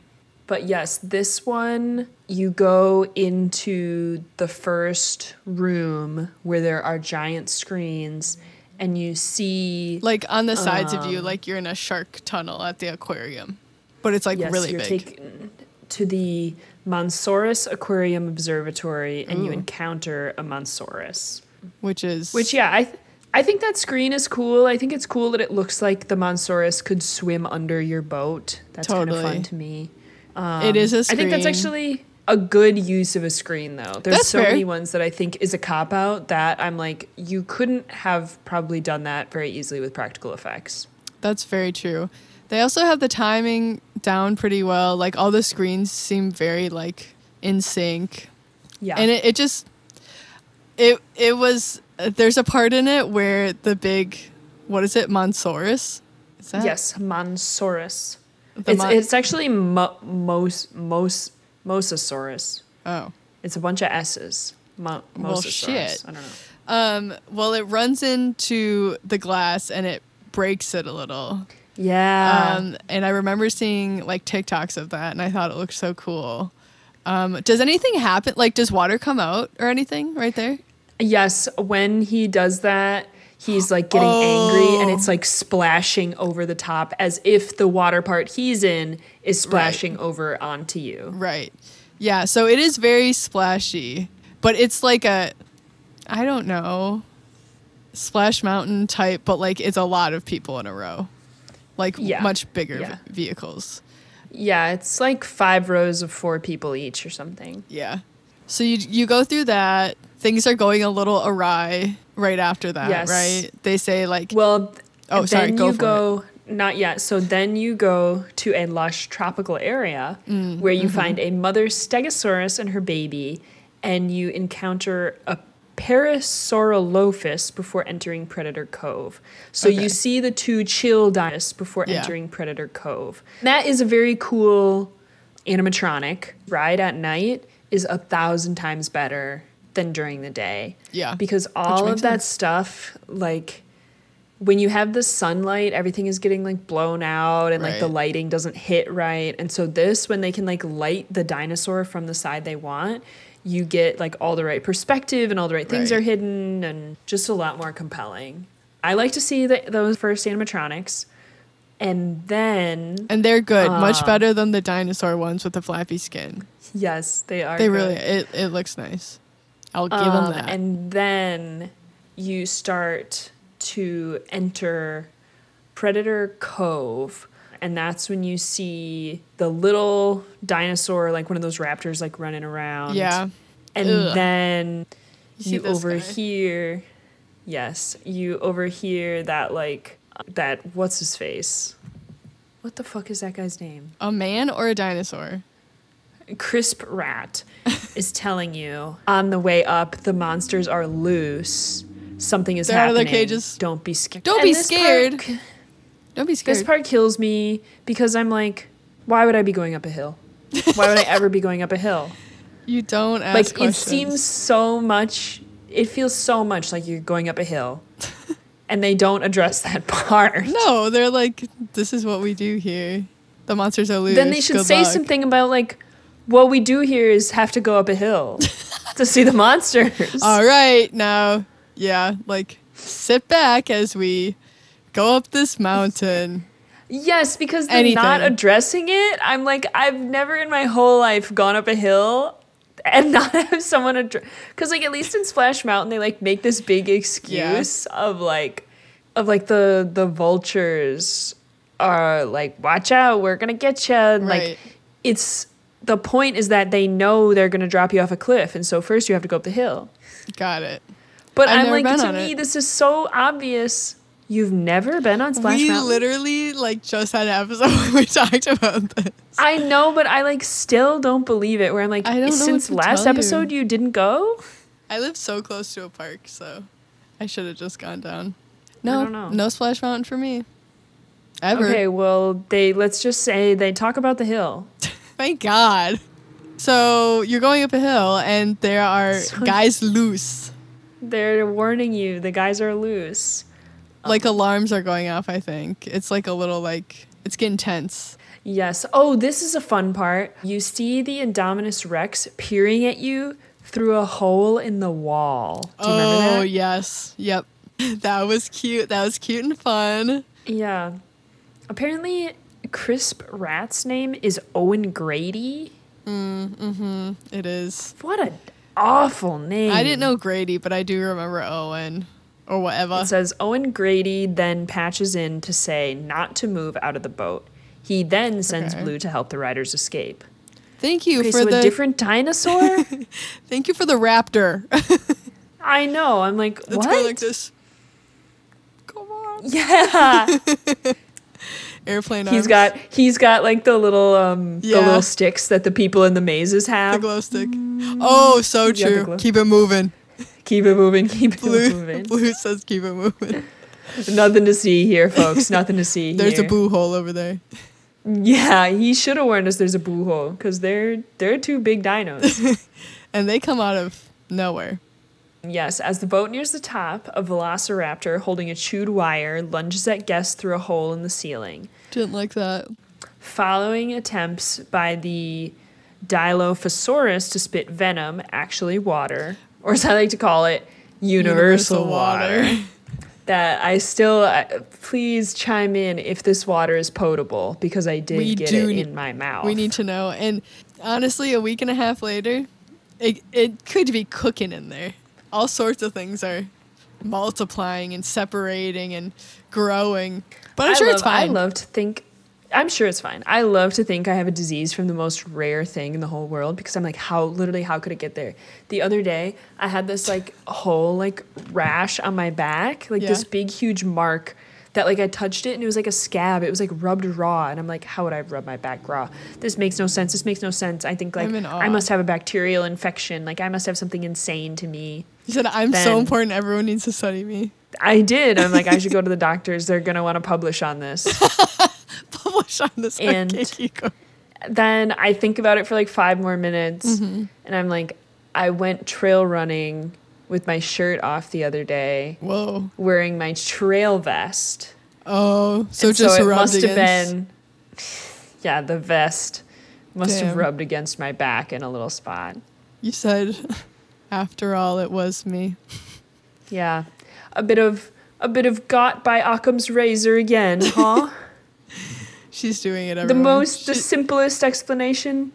But yes, this one, you go into the first room where there are giant screens and you see Um, like on the sides of you like you're in a shark tunnel at the aquarium but it's like yes, really you're big. taken to the Monsaurus Aquarium Observatory, and you encounter a Monsaurus. which is Which, yeah, I, th- I think that screen is cool. I think it's cool that it looks like the Monsaurus could swim under your boat. That's kind of Totally. fun to me. it is a um, I screen. think that's actually a good use of a screen, though. There's That's so fair. many ones that I think is a cop out that I'm like, you couldn't have probably done that very easily with practical effects. That's very true. They also have the timing down pretty well. Like all the screens seem very like in sync. Yeah. And it, it just it it was uh, there's a part in it where the big what is it, Monsaurus? Is that yes, Monsaurus. The It's, mon- it's actually mo- mos, mos, Mosasaurus. Oh. It's a bunch of S's. Mo- Mosasaurus. Well, shit. I don't know. Um well it runs into the glass and it breaks it a little. Yeah. Um, and I remember seeing like TikToks of that, and I thought it looked so cool. Um, does anything happen? Like, does water come out or anything right there? Yes, when he does that, he's like getting angry and it's like splashing over the top as if the water part he's in is splashing over onto you. Right. Yeah. So it is very splashy, but it's like a, I don't know, Splash Mountain type, but like it's a lot of people in a row, like w- Yeah. much bigger Yeah. v- vehicles. Yeah, it's like five rows of four people each or something. Yeah. So you you go through that. Things are going a little awry right after that, Yes. right? They say like, Well, th- Oh, then sorry, go you for it. go not yet. So then you go to a lush tropical area Mm, where mm-hmm. you find a mother stegosaurus and her baby, and you encounter a parasaurolophus before entering Predator Cove. So Okay. you see the two chill dinosaurs before Yeah. entering Predator Cove. That is a very cool animatronic. Ride at night is a thousand times better than during the day. Yeah. Because all makes of that stuff, like when you have the sunlight, everything is getting like blown out and like the Right. lighting doesn't hit right. And so this, when they can like light the dinosaur from the side they want, you get like all the right perspective and all the right things Right. are hidden and just a lot more compelling. I like to see the, those first animatronics. And then, and they're good, Ah. much better than the dinosaur ones with the flappy skin. yes, they are. They really, good. it, it looks nice. I'll give Um, them that. And then you start to enter Predator Cove. And that's when you see the little dinosaur, like one of those raptors, like running around. yeah, And Ugh. then see you this guy? overhear, yes, you overhear that, like, that, what's his face? What the fuck is that guy's name? a man or a dinosaur. crisp rat is telling you on the way up the monsters are loose something is They're out of happening their cages. don't be scared Don't And be this scared. part, Don't be this scared. part kills me because i'm like why would i be going up a hill why would i ever be going up a hill you don't ask like it questions. seems so much it feels so much like you're going up a hill and they don't address that part no. They're like, this is what we do here. The monsters are loose. then they should Good say luck." something about like what we do here is have to go up a hill to see the monsters All right, now, yeah, like sit back as we go up this mountain. Yes, because they're not Anything. addressing it. I'm like, I've never in my whole life gone up a hill and not have someone address. Because like at least in Splash Mountain, they like make this big excuse of like, of like the the vultures are like, watch out, we're gonna get you. And Right. Like, it's the point is that they know they're gonna drop you off a cliff, and so first you have to go up the hill. Got it. But I've i am never like, been to on me, it. this is so obvious. You've never been on Splash we Mountain. literally like just had an episode where we talked about this. I know, but I like still don't believe it. Where I'm like, I don't know since what to last tell you." episode you. didn't go. I live so close to a park, so I should have just gone down. No, don't know. no splash mountain for me. Ever. Okay, well they let's just say they talk about the hill. Thank God. So you're going up a hill, and there are So- guys loose. They're warning you. The guys are loose. Oh. Like alarms are going off. I think it's like a little like it's getting tense. Yes. Oh, this is a fun part. You see the Indominus Rex peering at you through a hole in the wall. Do you remember oh that? yes, yep. That was cute. That was cute and fun. Yeah. Apparently, crisp rat's name is Owen Grady? It is. What an awful name. I didn't know Grady, but I do remember Owen or whatever. It says Owen Grady then patches in to say not to move out of the boat. He then sends Okay. Blue to help the riders escape. Thank you Okay, for so the a different dinosaur? thank you for the raptor. I know. I'm like, Let's what? go like this. Come on. Yeah. Airplane he's arms. got he's got like the little um the Yeah. little sticks that the people in the mazes the have. glow stick. Oh, so got the true. glow- Keep it moving. keep it moving, keep it Blue, moving. blue says keep it moving. Nothing to see here, folks. Nothing to see There's here. a boo hole over there. Yeah, he should have warned us there's a boo hole because they're they're two big dinos. And they come out of nowhere. yes, as the boat nears the top, a velociraptor holding a chewed wire lunges at guests through a hole in the ceiling. Didn't like that. Following attempts by the Dilophosaurus to spit venom, actually water, or as I like to call it, universal, water. That I still I- please chime in if this water is potable because I did We get do it ne- in my mouth. We need to know. And honestly, a week and a half later, it, it could be cooking in there. All sorts of things are multiplying and separating and growing. But I'm sure love, it's fine. I love to think. I'm sure it's fine. I love to think I have a disease from the most rare thing in the whole world because I'm like, how literally how could it get there? The other day, I had this like whole like rash on my back, like this Yeah. big huge mark that like I touched it and it was like a scab. It was like rubbed raw, and I'm like, how would I rub my back raw? This makes no sense. This makes no sense. I think like I'm in awe. I must have a bacterial infection. Like I must have something insane to me. you said, I'm so Ben. important. Everyone needs to study me. I did. I'm like, I should go to the doctors. They're gonna want to publish on this. Publish on this. And- archaic ego. then I think about it for like five more minutes, Mm-hmm. and I'm like, I went trail running with my shirt off the other day, Whoa. wearing my trail vest. Oh, so And just so it rubbed must have against. been, yeah, the vest must have Damn. rubbed against my back in a little spot. You said, after all, it was me. Yeah, a bit of a bit of got by Occam's razor again, huh? She's doing it. the Everyone. most, the She- simplest explanation.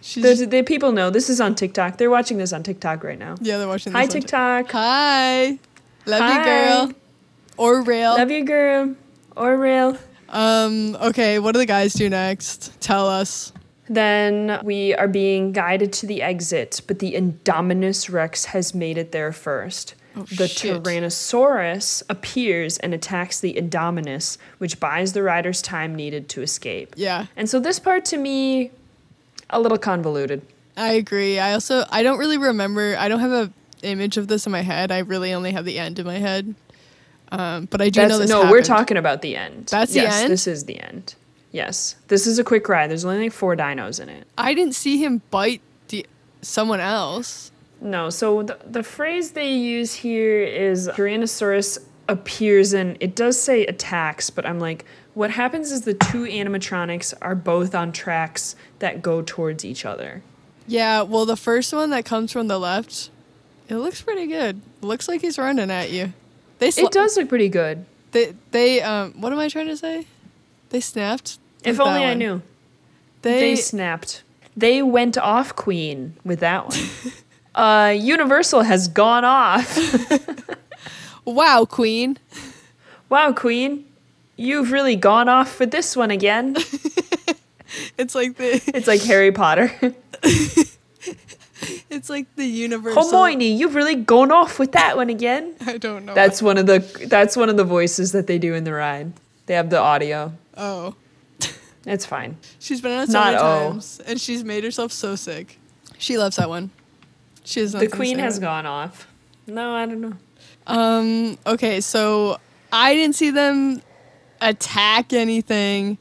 she's, The, the people know this is on TikTok. They're watching this on TikTok right now. yeah, they're watching. Hi this on TikTok. Hi. Love Hi. you, girl. Or rail. Love you, girl. Or real. um, okay, what do the guys do next? Tell us. Then we are being guided to the exit, but the Indominus Rex has made it there first. the Oh, shit. Tyrannosaurus appears and attacks the Indominus, which buys the riders time needed to escape. Yeah, And so this part to me, a little convoluted. I agree. I also I don't really remember. I don't have a image of this in my head. I really only have the end in my head. Um, but I do know That's, this. no, we're happened. talking about the end. That's the yes, end? This is the end. Yes, this is a quick ride. There's only like four dinos in it. I didn't see him bite the someone else. No, so the, the phrase they use here is Tyrannosaurus appears and it does say attacks, but I'm like, what happens is the two animatronics are both on tracks that go towards each other. Yeah, well, the first one that comes from the left, it looks pretty good. Looks like he's running at you. They sl- It does look pretty good. They they um. What am I trying to say? They snapped. If with that only I one. knew. They, They, snapped. They went off Queen with that one. uh, Universal has gone off. wow, Queen. wow, Queen. You've really gone off for this one again. It's like the It's like Harry Potter. it's like the universal. Hermione, you've really gone off with that one again. I don't know. That's one of the that's one of the voices that they do in the ride. They have the audio. oh. It's fine. She's been on it so Not many O. times, and she's made herself so sick. She loves that one. She is The queen has gone off. No, I don't know. Um. Okay. So I didn't see them attack anything.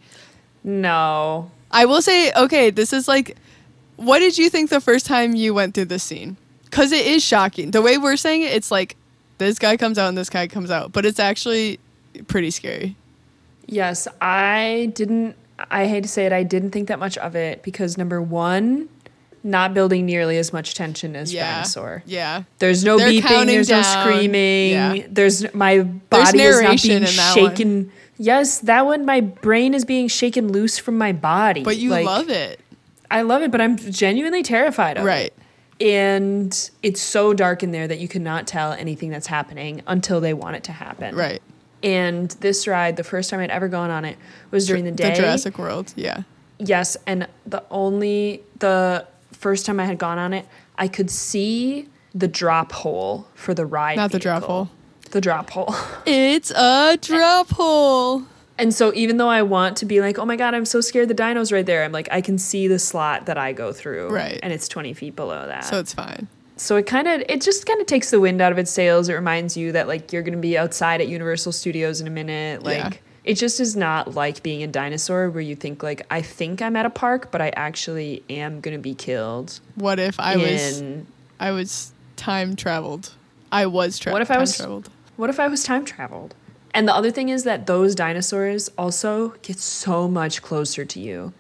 No. I will say, okay, this is like, what did you think the first time you went through this scene? Because it is shocking. The way we're saying it, it's like this guy comes out and this guy comes out, but it's actually pretty scary. Yes, I didn't I hate to say it, I didn't think that much of it because number 1, not building nearly as much tension as yeah. dinosaur. Yeah. There's no They're beeping, counting there's down. no screaming. Yeah. There's my body is not narration being in that shaken Yes, that one. My brain is being shaken loose from my body. But you Like, love it. I love it, but I'm genuinely terrified of Right. it. And it's so dark in there that you cannot tell anything that's happening until they want it to happen. Right. And this ride, the first time I'd ever gone on it was during the day. The Jurassic World. Yeah. Yes, and the only the first time I had gone on it, I could see the drop hole for the ride. Not the drop vehicle. hole. The drop hole. It's a drop hole. And so even though I want to be like, oh my god, I'm so scared the dino's right there, I'm like, I can see the slot that I go through. Right. And it's twenty feet below that. So So, it's fine. so it kinda it just kinda takes the wind out of its sails. It reminds you that like you're gonna be outside at Universal Studios in a minute. Like Yeah. it just is not like being a dinosaur where you think like I think I'm at a park, but I actually am gonna be killed. What if I was in- I was time traveled? I was traveled. What if I was- traveled? What if I was time traveled? And the other thing is that those dinosaurs also get so much closer to you.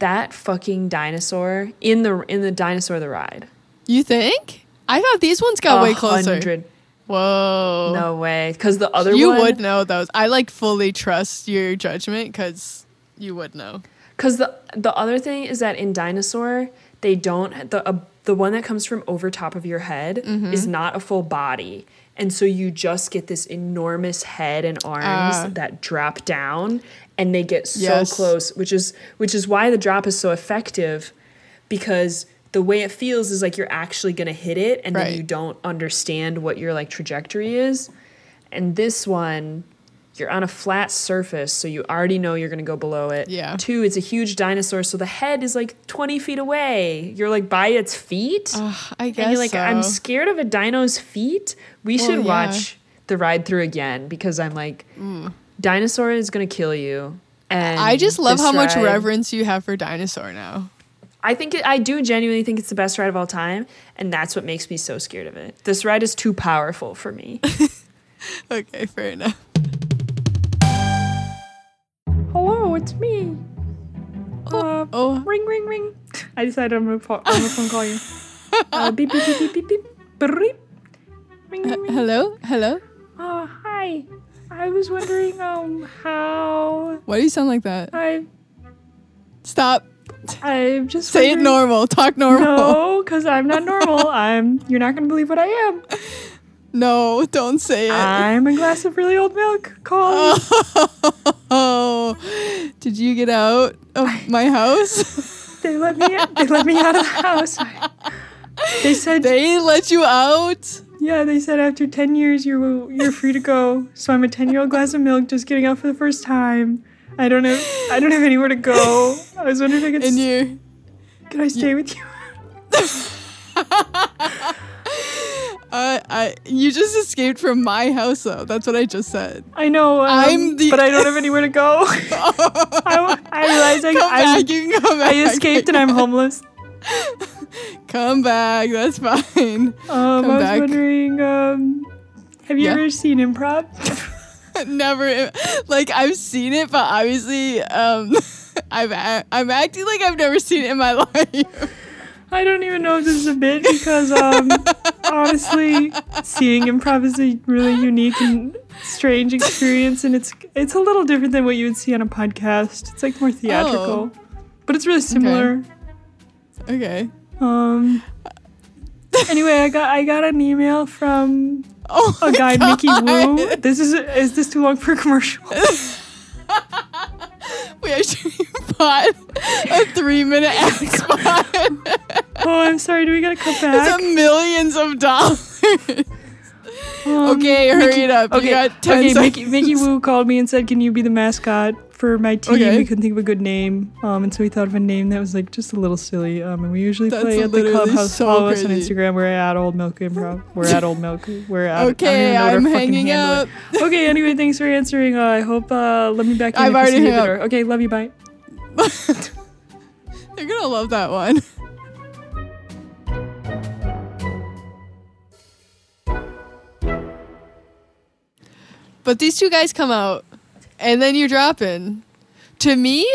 That fucking dinosaur in the in the dinosaur the ride. You think? I thought these ones got A way closer. hundred- Whoa. No way, because the other you one, would know those. I like fully trust your judgment because you would know. because the the other thing is that in dinosaur they don't the uh, the one that comes from over top of your head Mm-hmm. is not a full body, and so you just get this enormous head and arms Ah. that drop down, and they get so Yes. close, which is which is why the drop is so effective, because the way it feels is like you're actually gonna hit it, and Right. then you don't understand what your like trajectory is, and this one. You're on a flat surface, so you already know you're gonna go below it. Yeah. Two, it's a huge dinosaur, so the head is like 20 feet away. You're like by its feet. Ugh, I guess and you're like, so. I'm scared of a dino's feet. We Well, should yeah. Mm. watch the ride through again because I'm like, dinosaur is gonna kill you. And I just love this how much ride- reverence you have for dinosaur now. I think it, I do genuinely think it's the best ride of all time, and that's what makes me so scared of it. This ride is too powerful for me. Okay, fair enough. Hello, it's me. Uh, Oh. Ring, ring, ring. I decided I'm gonna, phone, I'm gonna phone call you. Uh, beep, beep, beep, beep, beep, beep. Beep. Ring, ring, ring. Hello? Hello? Oh, hi. I was wondering, um, how Why do you sound like that? I, Stop. I'm just Say it wondering- normal. Talk normal. No, because I'm not normal. I'm. You're not gonna believe what I am. No, don't say it. I'm a glass of really old milk. Call. me. oh, did you get out of my house? They let me. They let me out of the house. Um, They said they let you out? Yeah, they said after 10 years you're you're free to go. So I'm a 10-year-old glass of milk just getting out for the first time. I don't have I don't have anywhere to go. I was wondering if I could And s- you. could I stay with you? Uh, I, you just escaped from my house, though. That's what I just said. I know um, I'm the- but I don't have anywhere to go. I, wa- I realize I, Come I'm, back. You can come back. I escaped and I'm homeless. Come back. That's fine. Um, Come I was back. wondering um, have you Yeah. ever seen improv? never like I've seen it, but obviously um I've a- I'm acting like I've never seen it in my life. I don't even know if this is a bit because um, honestly, seeing improv is a really unique and strange experience, and it's it's a little different than what you would see on a podcast. It's like more Oh. theatrical, but it's really similar. Okay. Um, anyway, I got I got an email from Oh my a guy God. Mickey Wu. This is is this too long for a commercial? We actually bought a three minute ad spot. Oh, I'm sorry. Do we gotta cut It's a back? millions of dollars. Um, Okay, hurry it up. You got 10 okay, seconds. Mickey, Mickey Wu called me and said, "Can you be the mascot for my team?" Okay. We couldn't think of a good name, um, and so we thought of a name that was like just a little silly. Um, and we usually That's play at the literally clubhouse. so Follow us on crazy. Instagram. We're at Old Milk Improv. We're at Old Milk. We're at. I don't even Okay, know what our I'm fucking hanging handle up. is. Okay. Anyway, thanks for answering. Uh, I hope. Uh, let me back in. I've if you already see me at hung the up. door. Okay. Love you. Bye. They're gonna love that one. But these two guys come out, and then you drop in. To me,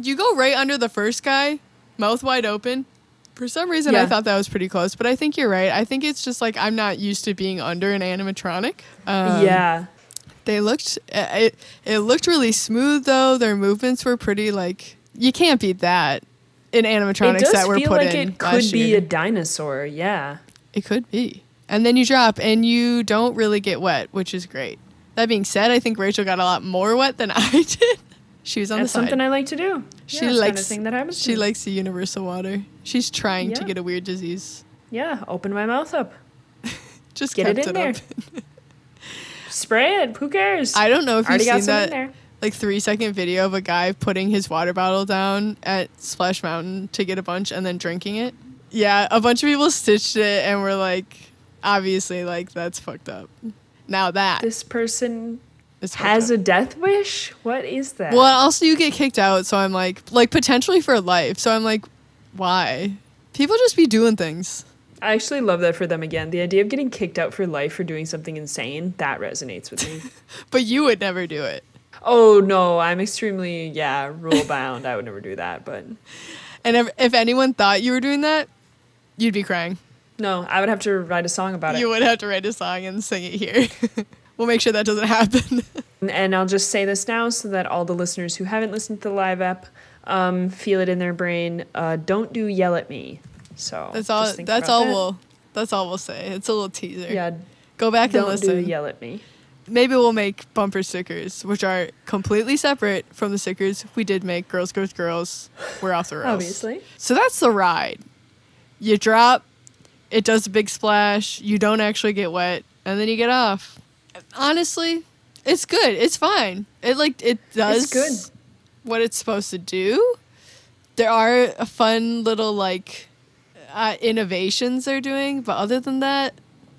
you go right under the first guy, mouth wide open. For some reason, I Yeah. thought that was pretty close, but I think you're right. I think it's just like I'm not used to being under an animatronic. Um, yeah. They looked uh, it, it looked really smooth though. Their movements were pretty like you can't beat that in It animatronics does that were feel put like in. it last could be year. a dinosaur. Yeah. It could be. And then you drop and you don't really get wet, which is great. That being said, I think Rachel got a lot more wet than I did. She was on That's the side. something I like to do. she yeah, it's likes kind of thing that happens. to She me. likes the universal water. She's trying to Yeah. get a weird disease. Yeah, open my mouth up. Just Get it kept in up. Spray it. Who cares? I don't know if already you've got seen some in that there. like three second video of a guy putting his water bottle down at Splash Mountain to get a bunch and then drinking it. Yeah, a bunch of people stitched it and were like, obviously, like that's fucked up. Now that This person is fucked has up. a death wish? What is that? well, also you get kicked out, so I'm like, like potentially for life. So I'm like, why? People just be doing things. I actually love that for them again. The idea of getting kicked out for life for doing something insane, that resonates with me. But you would never do it. oh no, I'm extremely, yeah, rule bound. I would never do that, but And if, if anyone thought you were doing that, you'd be crying. no, I would have to write a song about You it. would have to write a song and sing it here. we'll make sure that doesn't happen. And I'll just say this now so that all the listeners who haven't listened to the live app um, feel it in their brain. Uh, don't do yell at me. So That's all. just think That's about all that. we'll. That's all we'll say. It's a little teaser. Yeah, Go back and don't do listen. yell at me. Maybe we'll make bumper stickers, which are completely separate from the stickers we did make. Girls, girls, girls. We're off the rails. Obviously. So that's the ride. You drop. It does a big splash. You don't actually get wet, and then you get off. Honestly, it's good. It's fine. It like it does good. what it's supposed to do. There are a fun little like uh, innovations they're doing, but other than that,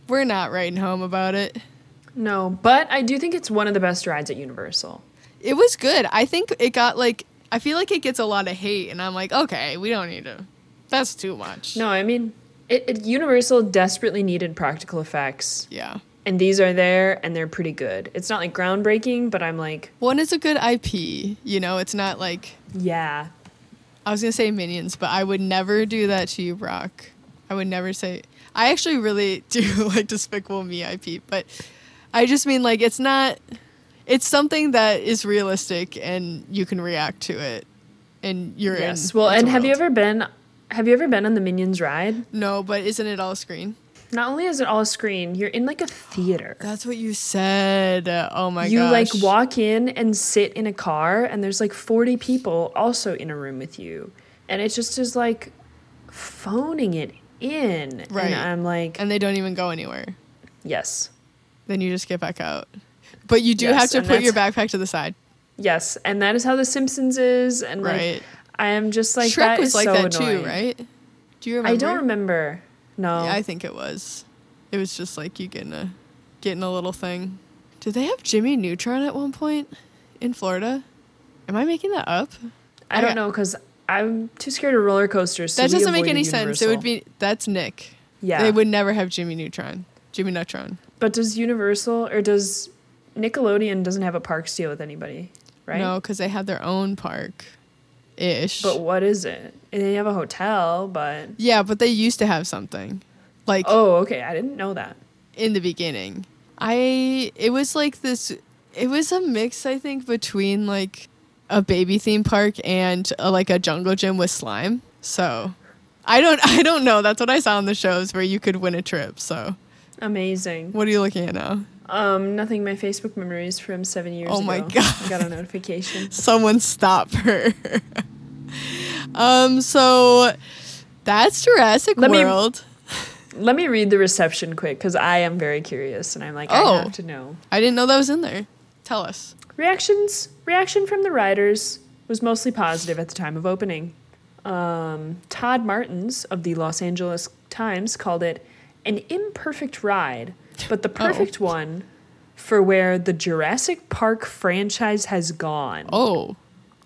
we're not writing home about it. No, but I do think it's one of the best rides at Universal. It was good. I think it got like I feel like it gets a lot of hate, and I'm like, okay, we don't need to. That's too much. No, I mean, it, it, Universal desperately needed practical effects, Yeah. and these are there, and they're pretty good. It's not like groundbreaking, but I'm like, One is a good IP. You know, it's not like yeah, I was gonna say minions, but I would never do that to you, Brock. I would never say. I actually really do like Despicable Me IP, but I just mean like it's not. It's something that is realistic, and you can react to it, and you're yes. in. Well, its and have you world. ever been? Have you ever been on the Minions ride? No, but isn't it all screen? Not only is it all screen, you're in like a theater. That's what you said. Oh my god. you like walk in and sit in a car, and there's like 40 people also in a room with you, and it just is like phoning it in. Right. And I'm like, and they don't even go anywhere. yes. Then you just get back out. But you do Yes, have to and put your backpack to the side. Yes, and that is how The Simpsons is, and like Right. I am just like Shrek that was is like so that annoying. too, right? Do you remember? I don't remember. No, Yeah, I think it was. It was just like you getting a getting a little thing. Did they have Jimmy Neutron at one point in Florida? Am I making that up? I don't okay. know because I'm too scared of roller coasters. So That we doesn't make avoided any sense. It would Universal. be that's Nick. yeah. They would never have Jimmy Neutron. Jimmy Neutron. but does Universal or does Nickelodeon doesn't have a parks deal with anybody, right? No, because they have their own park, ish. But what is it? And They have a hotel, but yeah, but they used to have something, like oh, okay, I didn't know that. in the beginning. I it was like this it was a mix I think between like a baby theme park and a, like a jungle gym with slime. So I don't I don't know. That's what I saw on the shows where you could win a trip. So Amazing. what are you looking at now? Um, nothing. My Facebook memories from seven years Oh ago. my God. I got a notification. Someone stop her. um so that's Jurassic Let me- World. Let me read the reception quick because I am very curious and I'm like, Oh. I have to know. I didn't know that was in there. Tell us. Reactions reaction from the riders was mostly positive at the time of opening. Um, Todd Martins of the Los Angeles Times called it an imperfect ride, but Oh. the perfect one for where the Jurassic Park franchise has gone. Oh.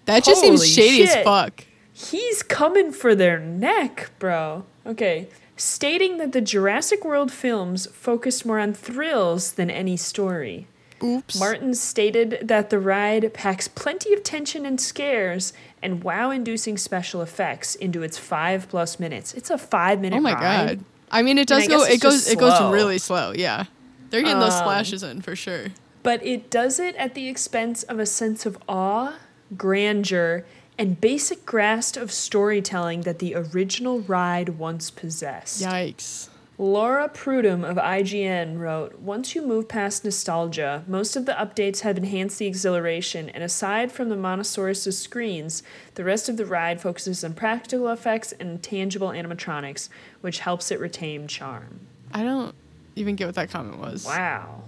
That just seems Holy shady as shit. fuck. He's coming for their neck, bro. Okay. Stating that the Jurassic World films focused more on thrills than any story. Oops. Martin stated that the ride packs plenty of tension and scares and wow inducing special effects into its five plus minutes. It's a five minute Oh my ride. god! I mean, it And does I go. guess It it's goes. just It goes slow. Um, really slow. Yeah, they're getting those splashes in for sure. but it does it at the expense of a sense of awe, grandeur, and basic grasp of storytelling that the original ride once possessed. Yikes. Laura Prudham of IGN wrote Once you move past nostalgia, most of the updates have enhanced the exhilaration, and aside from the Montosaurus's screens, the rest of the ride focuses on practical effects and tangible animatronics, which helps it retain charm. I don't even get what that comment was. Wow.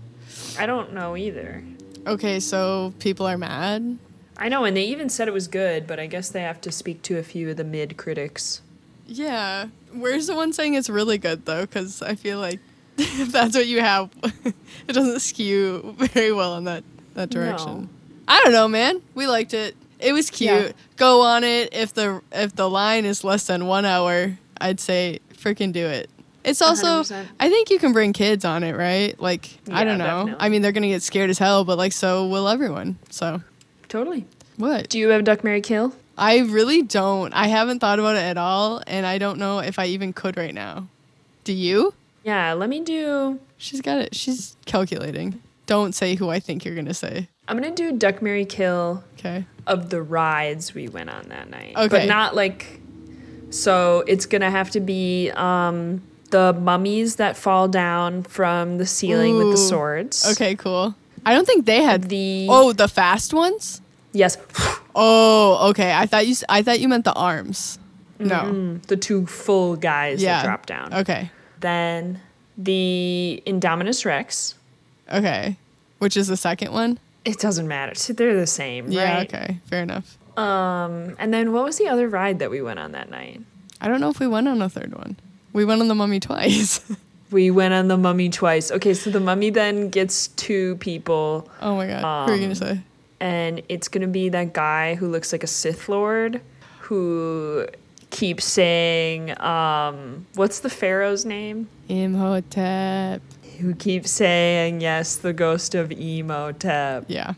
I don't know either. Okay, so people are mad. I know, and they even said it was good, but I guess they have to speak to a few of the mid critics. Yeah. Where's the one saying it's really good though? Because I feel like if that's what you have, it doesn't skew very well in that that direction. No. I don't know, man. We liked it. It was cute. Yeah. Go on it. If the if the line is less than one hour, I'd say freaking do it. It's also 100%. I think you can bring kids on it, right? Like I Yeah, don't know. I definitely. mean, they're gonna get scared as hell, but like so will everyone. So Totally. what? Do you have Duck Mary Kill? I really don't. I haven't thought about it at all, and I don't know if I even could right now. Do you? Yeah, let me do. She's got it. She's calculating. Don't say who I think you're gonna say. I'm gonna do Duck Mary Kill Okay. of the rides we went on that night. Okay. But not like so it's gonna have to be um the mummies that fall down from the ceiling with Ooh. the swords. Okay. Cool. I don't think they had The- Oh, the fast ones. Yes. Oh, okay. I thought you. s- I thought you meant the arms. No. the two full guys Yeah. that Mm-hmm. drop down. Okay. Then the Indominus Rex. Okay. Which is the second one? It doesn't matter. So they're the same, Yeah. right? Okay. Fair enough. Um, and then what was the other ride that we went on that night? I don't know if we went on a third one. We went on the mummy twice. We went on the mummy twice. Okay, so the mummy then gets two people, oh my god. who are Um. you gonna say? and it's gonna be that guy who looks like a Sith Lord who keeps saying, um, what's the Pharaoh's name? Imhotep. Who keeps saying, yes, the ghost of Emotep. Yeah.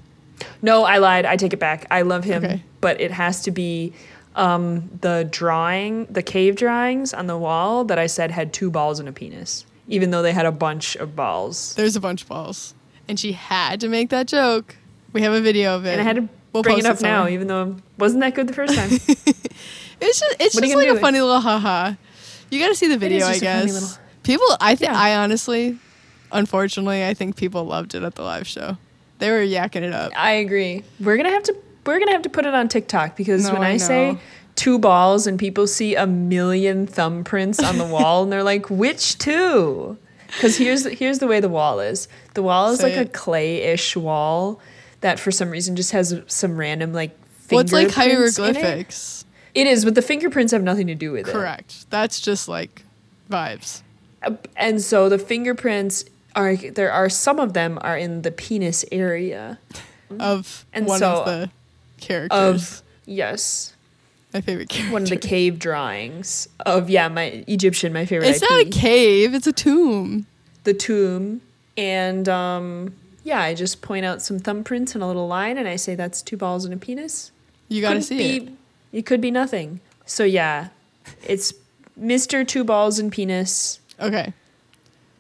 No, I lied. I take it back. I love him, Okay. but it has to be um, the drawing, the cave drawings on the wall that I said had two balls and a penis, even though they had a bunch of balls. There's a bunch of balls. And she had to make that joke. We have a video of it. And I had to We'll bring it post up now, somewhere. even though wasn't that good the first time. It's just it's What are just you like gonna a do? funny little haha. You gotta see the video, I just a funny guess. little- People I think Yeah. I honestly, unfortunately, I think people loved it at the live show. They were yakking it up. I agree. We're gonna have to we're gonna have to put it on TikTok because No, when I I, know. say two balls and people see a million thumbprints on the wall and they're like, which two? Because here's here's the way the wall is. The wall is Say like a it. clay-ish wall that for some reason just has some random like. What's like fingerprints in it. hieroglyphics? It is, but the fingerprints have nothing to do with it. Correct. That's just like vibes. Uh, and so the fingerprints are there are some of them are in the penis area Of Mm-hmm. And one so, of the characters. of yes my favorite character. one of the cave drawings of yeah my egyptian my favorite It's IP, not a cave, it's a tomb. the tomb and um yeah i just point out some thumbprints and a little line and i say that's two balls and a penis You gotta Couldn't see it. be, it could be nothing so yeah it's mr two balls and penis Okay.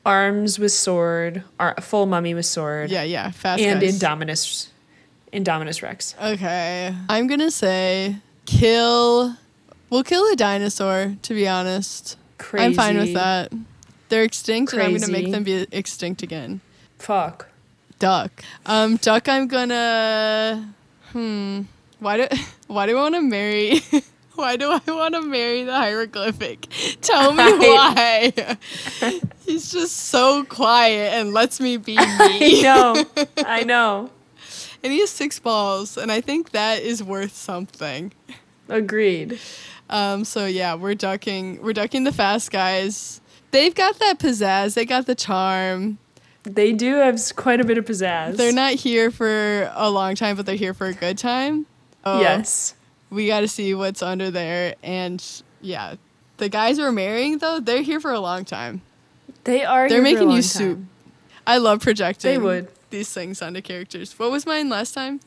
arms with sword ar- full mummy with sword Yeah, yeah. Fast and guys. indominus indominus rex Okay. I'm going to say kill. We'll kill a dinosaur, to be honest. crazy I'm fine with that. They're extinct, and I'm going to make Crazy. them be extinct again. fuck Duck. Um, duck, I'm going to. Hmm. Why do, why do I want to marry. Why do I want to marry the hieroglyphic? Tell me why. He's just so quiet and lets me be me. i know i know And he has six balls, and I think that is worth something. agreed Um, so yeah, we're ducking. We're ducking the fast guys. They've got that pizzazz. They got the charm. They do have s- quite a bit of pizzazz. They're not here for a long time, but they're here for a good time. Oh, Yes. We got to see what's under there, and yeah, the guys we're marrying though, they're here for a long time. They are. They're here for a making you long soup. time. I love projecting. They would. these things onto characters. What was mine last time?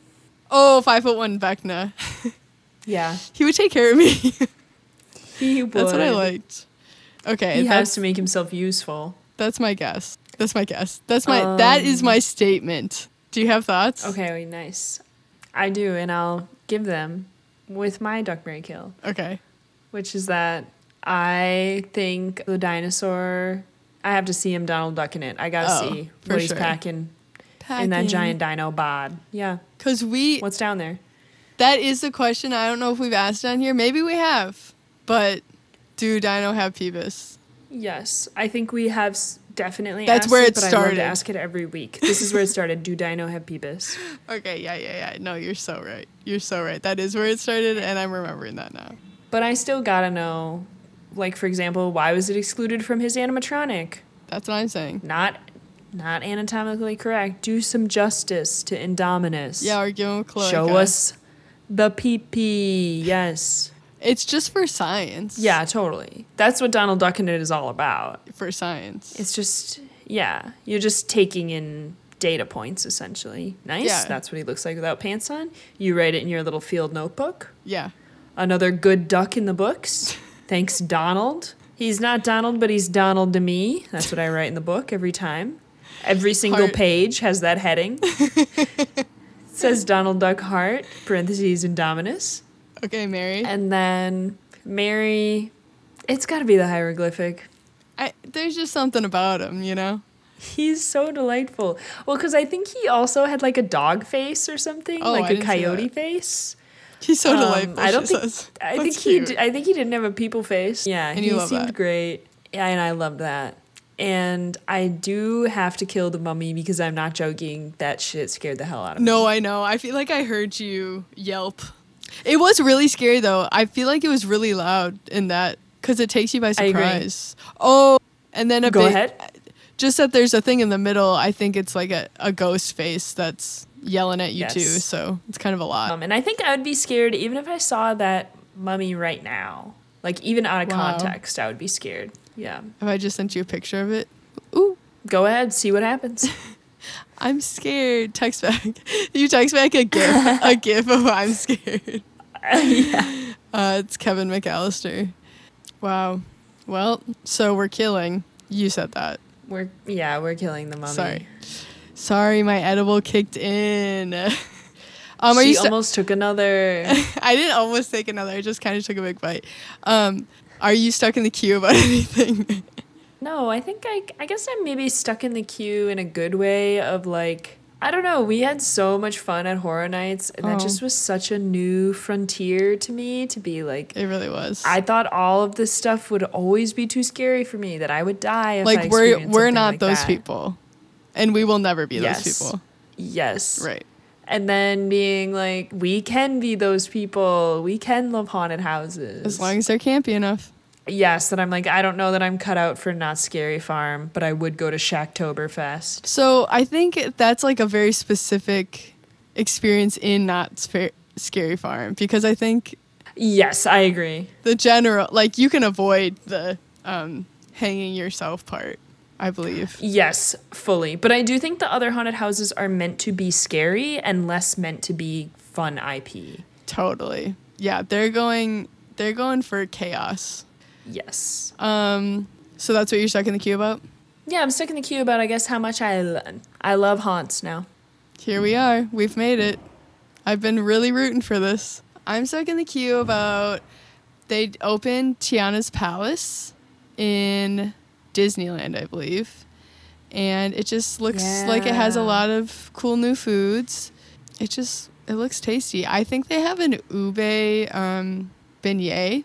Oh, five foot one Vecna. Yeah. he would take care of me. He would. That's what I liked. Okay, He that's has to make himself useful. that's my guess. That's my guess. That's my that is my statement. Do you have thoughts? Um, Okay, wait, nice. I do, and I'll give them with my Duckberry kill, Okay. which is that I think the dinosaur. I have to see him Donald Ducking it. I gotta Oh, see for what he's sure. packing, in that giant dino bod. Yeah, Because we, what's down there? that is the question. I don't know if we've asked it on here. Maybe we have. But do Dino have Peebus? Yes, I think we have s- definitely. That's asked where it but I love started. to ask it every week. This is where it started. Do Dino have Peebus? Okay, yeah, yeah, yeah. No, you're so right. You're so right. That is where it started, and I'm remembering that now. But I still gotta know, like for example, why was it excluded from his animatronic? That's what I'm saying. Not, not anatomically correct. Do some justice to Indominus. Yeah, or give him cloaca. Show us the pee pee. Yes. It's just for science. Yeah, totally. That's what Donald Duck and it is all about. For science. It's just, yeah, you're just taking in data points essentially. Nice. Yeah. That's what he looks like without pants on. You write it in your little field notebook. yeah. Another good duck in the books. Thanks, Donald. He's not Donald, but he's Donald to me. That's what I write in the book every time. Every single Heart. page has that heading. it says Donald Duck Heart, parentheses, Indominus. Okay, Mary. And then Mary, it's got to be the hieroglyphic. I, there's just something about him, you know? He's so delightful. Well, because I think he also had like a dog face or something, Oh, I like a didn't see coyote that. face. He's so Um, delightful. I don't she think. says. I That's think he. cute. Did, I think he didn't have a people face. Yeah, And he you love seemed that. great. Yeah, and I loved that. And I do have to kill the mummy because I'm not joking. That shit scared the hell out of me. No, I know. I feel like I heard you yelp. It was really scary though. I feel like it was really loud in that because it takes you by agree. surprise. Oh, and then a Go big- ahead. Just that there's a thing in the middle. I think it's like a, a ghost face that's yelling at you Yes. too. So it's kind of a lot. Um, and I think I would be scared even if I saw that mummy right now. Like even out of Wow. context, I would be scared. Yeah. Have I just sent you a picture of it? Ooh, Go ahead, see what happens. I'm scared. Text back. you text back a gif, a gif of I'm scared. Uh, it's Kevin McAllister. Wow. Well, so we're killing. You said that. we're yeah, we're killing the mummy. Sorry. Sorry, my edible kicked in. um, are she you? St- almost took another. I didn't almost take another. I just kind of took a big bite. Um, are you stuck in the queue about anything? no, I think I I guess I'm maybe stuck in the queue in a good way of like I don't know. We had so much fun at Horror Nights, and that Oh. just was such a new frontier to me to be like. it really was. I thought all of this stuff would always be too scary for me. That I would die. If I like we're experienced we're something not like those that. people, and we will never be Yes. those people. Yes. Right. And then being like, we can be those people. We can love haunted houses. As long as they're campy enough. Yes, that I'm like, I don't know that I'm cut out for Not Scary Farm, but I would go to Shacktoberfest. So I think that's like a very specific experience in not spa- scary farm because I think Yes, I agree. the general like you can avoid the um, hanging yourself part. I believe. Yes, fully. But I do think the other haunted houses are meant to be scary and less meant to be fun IP. Totally. Yeah, they're going they're going for chaos. Yes. Um so that's what you're stuck in the queue about? yeah, I'm stuck in the queue about I guess how much I l- I love haunts now. Here we are. We've made it. I've been really rooting for this. I'm stuck in the queue about they opened Tiana's Palace in Disneyland, I believe. And it just looks like it has a Yeah. lot of cool new foods. It just it looks tasty. I think they have an ube um, beignet,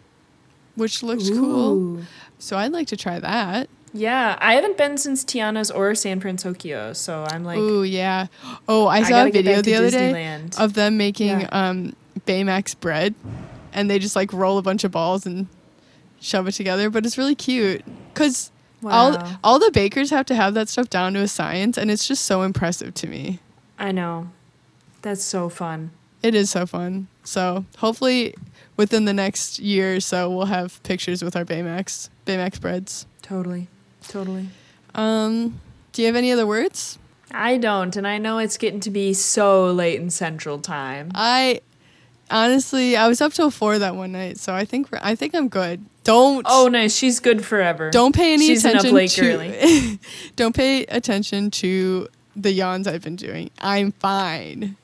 which looks cool. Ooh. So I'd like to try that. Yeah, I haven't been since Tiana's or San Francisco, so I'm like, Ooh yeah. Oh, I I saw a gotta get video back to the other day Uh, Disneyland. of them making Yeah. um, Baymax bread, and they just like roll a bunch of balls and shove it together. But it's really cute because all Wow. all the bakers have to have that stuff down to a science, and it's just so impressive to me. I know. That's so fun. It is so fun. So hopefully, within the next year or so, we'll have pictures with our Baymax Baymax breads. Totally. Totally. Um, do you have any other words? I don't, and I know it's getting to be so late in Central Uh, Time. I honestly, I was up till four that one night, so I think I think I'm good. Don't Oh, nice. She's good forever. don't pay any She's an up attention late to don't pay attention to the yawns I've been doing. I'm fine.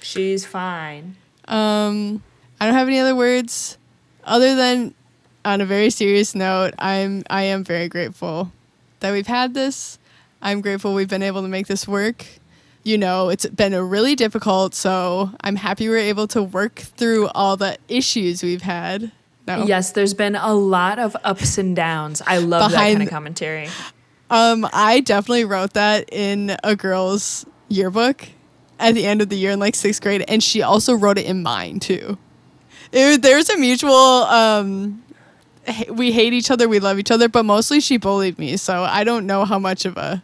She's fine. Um, I don't have any other words other than on a very serious note, I'm I am very grateful that we've had this. I'm grateful we've been able to make this work. You know, it's been a really difficult, so I'm happy we're able to work through all the issues we've had. No. Yes, there's been a lot of ups and downs. I love that Behind- kind of commentary. Um, I definitely wrote that in a girl's yearbook at the end of the year in like sixth grade, and she also wrote it in mine too. It, there's a mutual. Um, h- we hate each other, we love each other, but mostly she bullied me, so I don't know how much of a,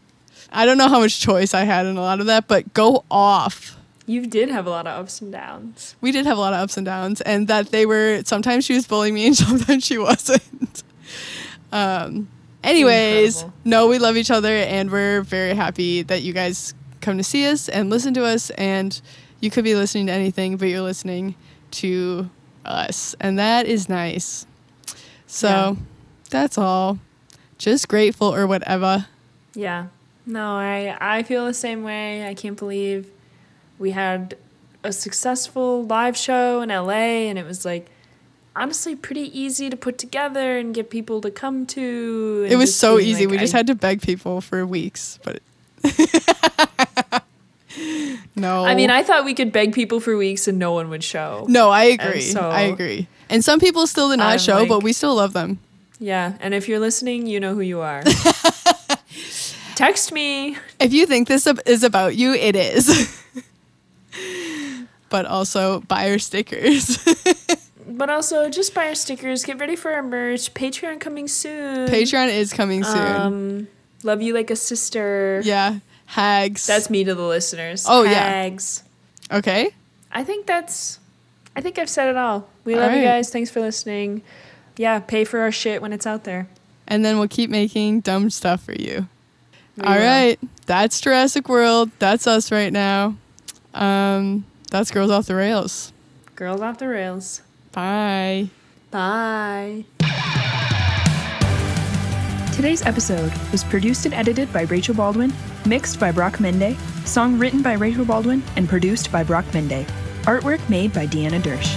I don't know how much choice I had in a lot of that. But go off. You did have a lot of ups and downs. We did have a lot of ups and downs, and that they were sometimes she was bullying me and sometimes she wasn't. Um, anyways, Incredible. no, we love each other, and we're very happy that you guys come to see us and listen to us. And you could be listening to anything, but you're listening to us, and that is nice. So Yeah. that's all. Just grateful or whatever. Yeah. No, I I feel the same way. I can't believe we had a successful live show in LA and it was like honestly pretty easy to put together and get people to come to. and It was just so being easy. like, we just I- had to beg people for weeks, but no. I mean, I thought we could beg people for weeks and no one would show. no, I agree. so- I agree. And some people still did not I'm show, but like- we still love them. Yeah, and if you're listening, you know who you are. Text me. If you think this ab- is about you, it is. but also buy our stickers. But also, just buy our stickers. Get ready for our merch. Patreon coming soon. Patreon is coming soon. Um, love you like a sister. yeah, hags. That's me to the listeners. Oh, yeah. Hags. okay. I think that's. I think I've said it all. We All love you right. guys. Thanks for listening. Yeah, pay for our shit when it's out there. And then we'll keep making dumb stuff for you. We All will. right. That's Jurassic World. That's us right now. Um, that's Girls Off the Rails. Girls off the rails. Bye. Bye. Today's episode was produced and edited by Rachel Baldwin, mixed by Brock Mende, song written by Rachel Baldwin and produced by Brock Mende, artwork made by Deanna Dersch.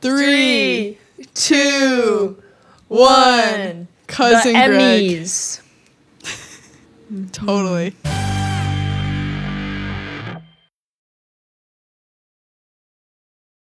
Three, two, one. Cousin the Greg. Emmys. Totally.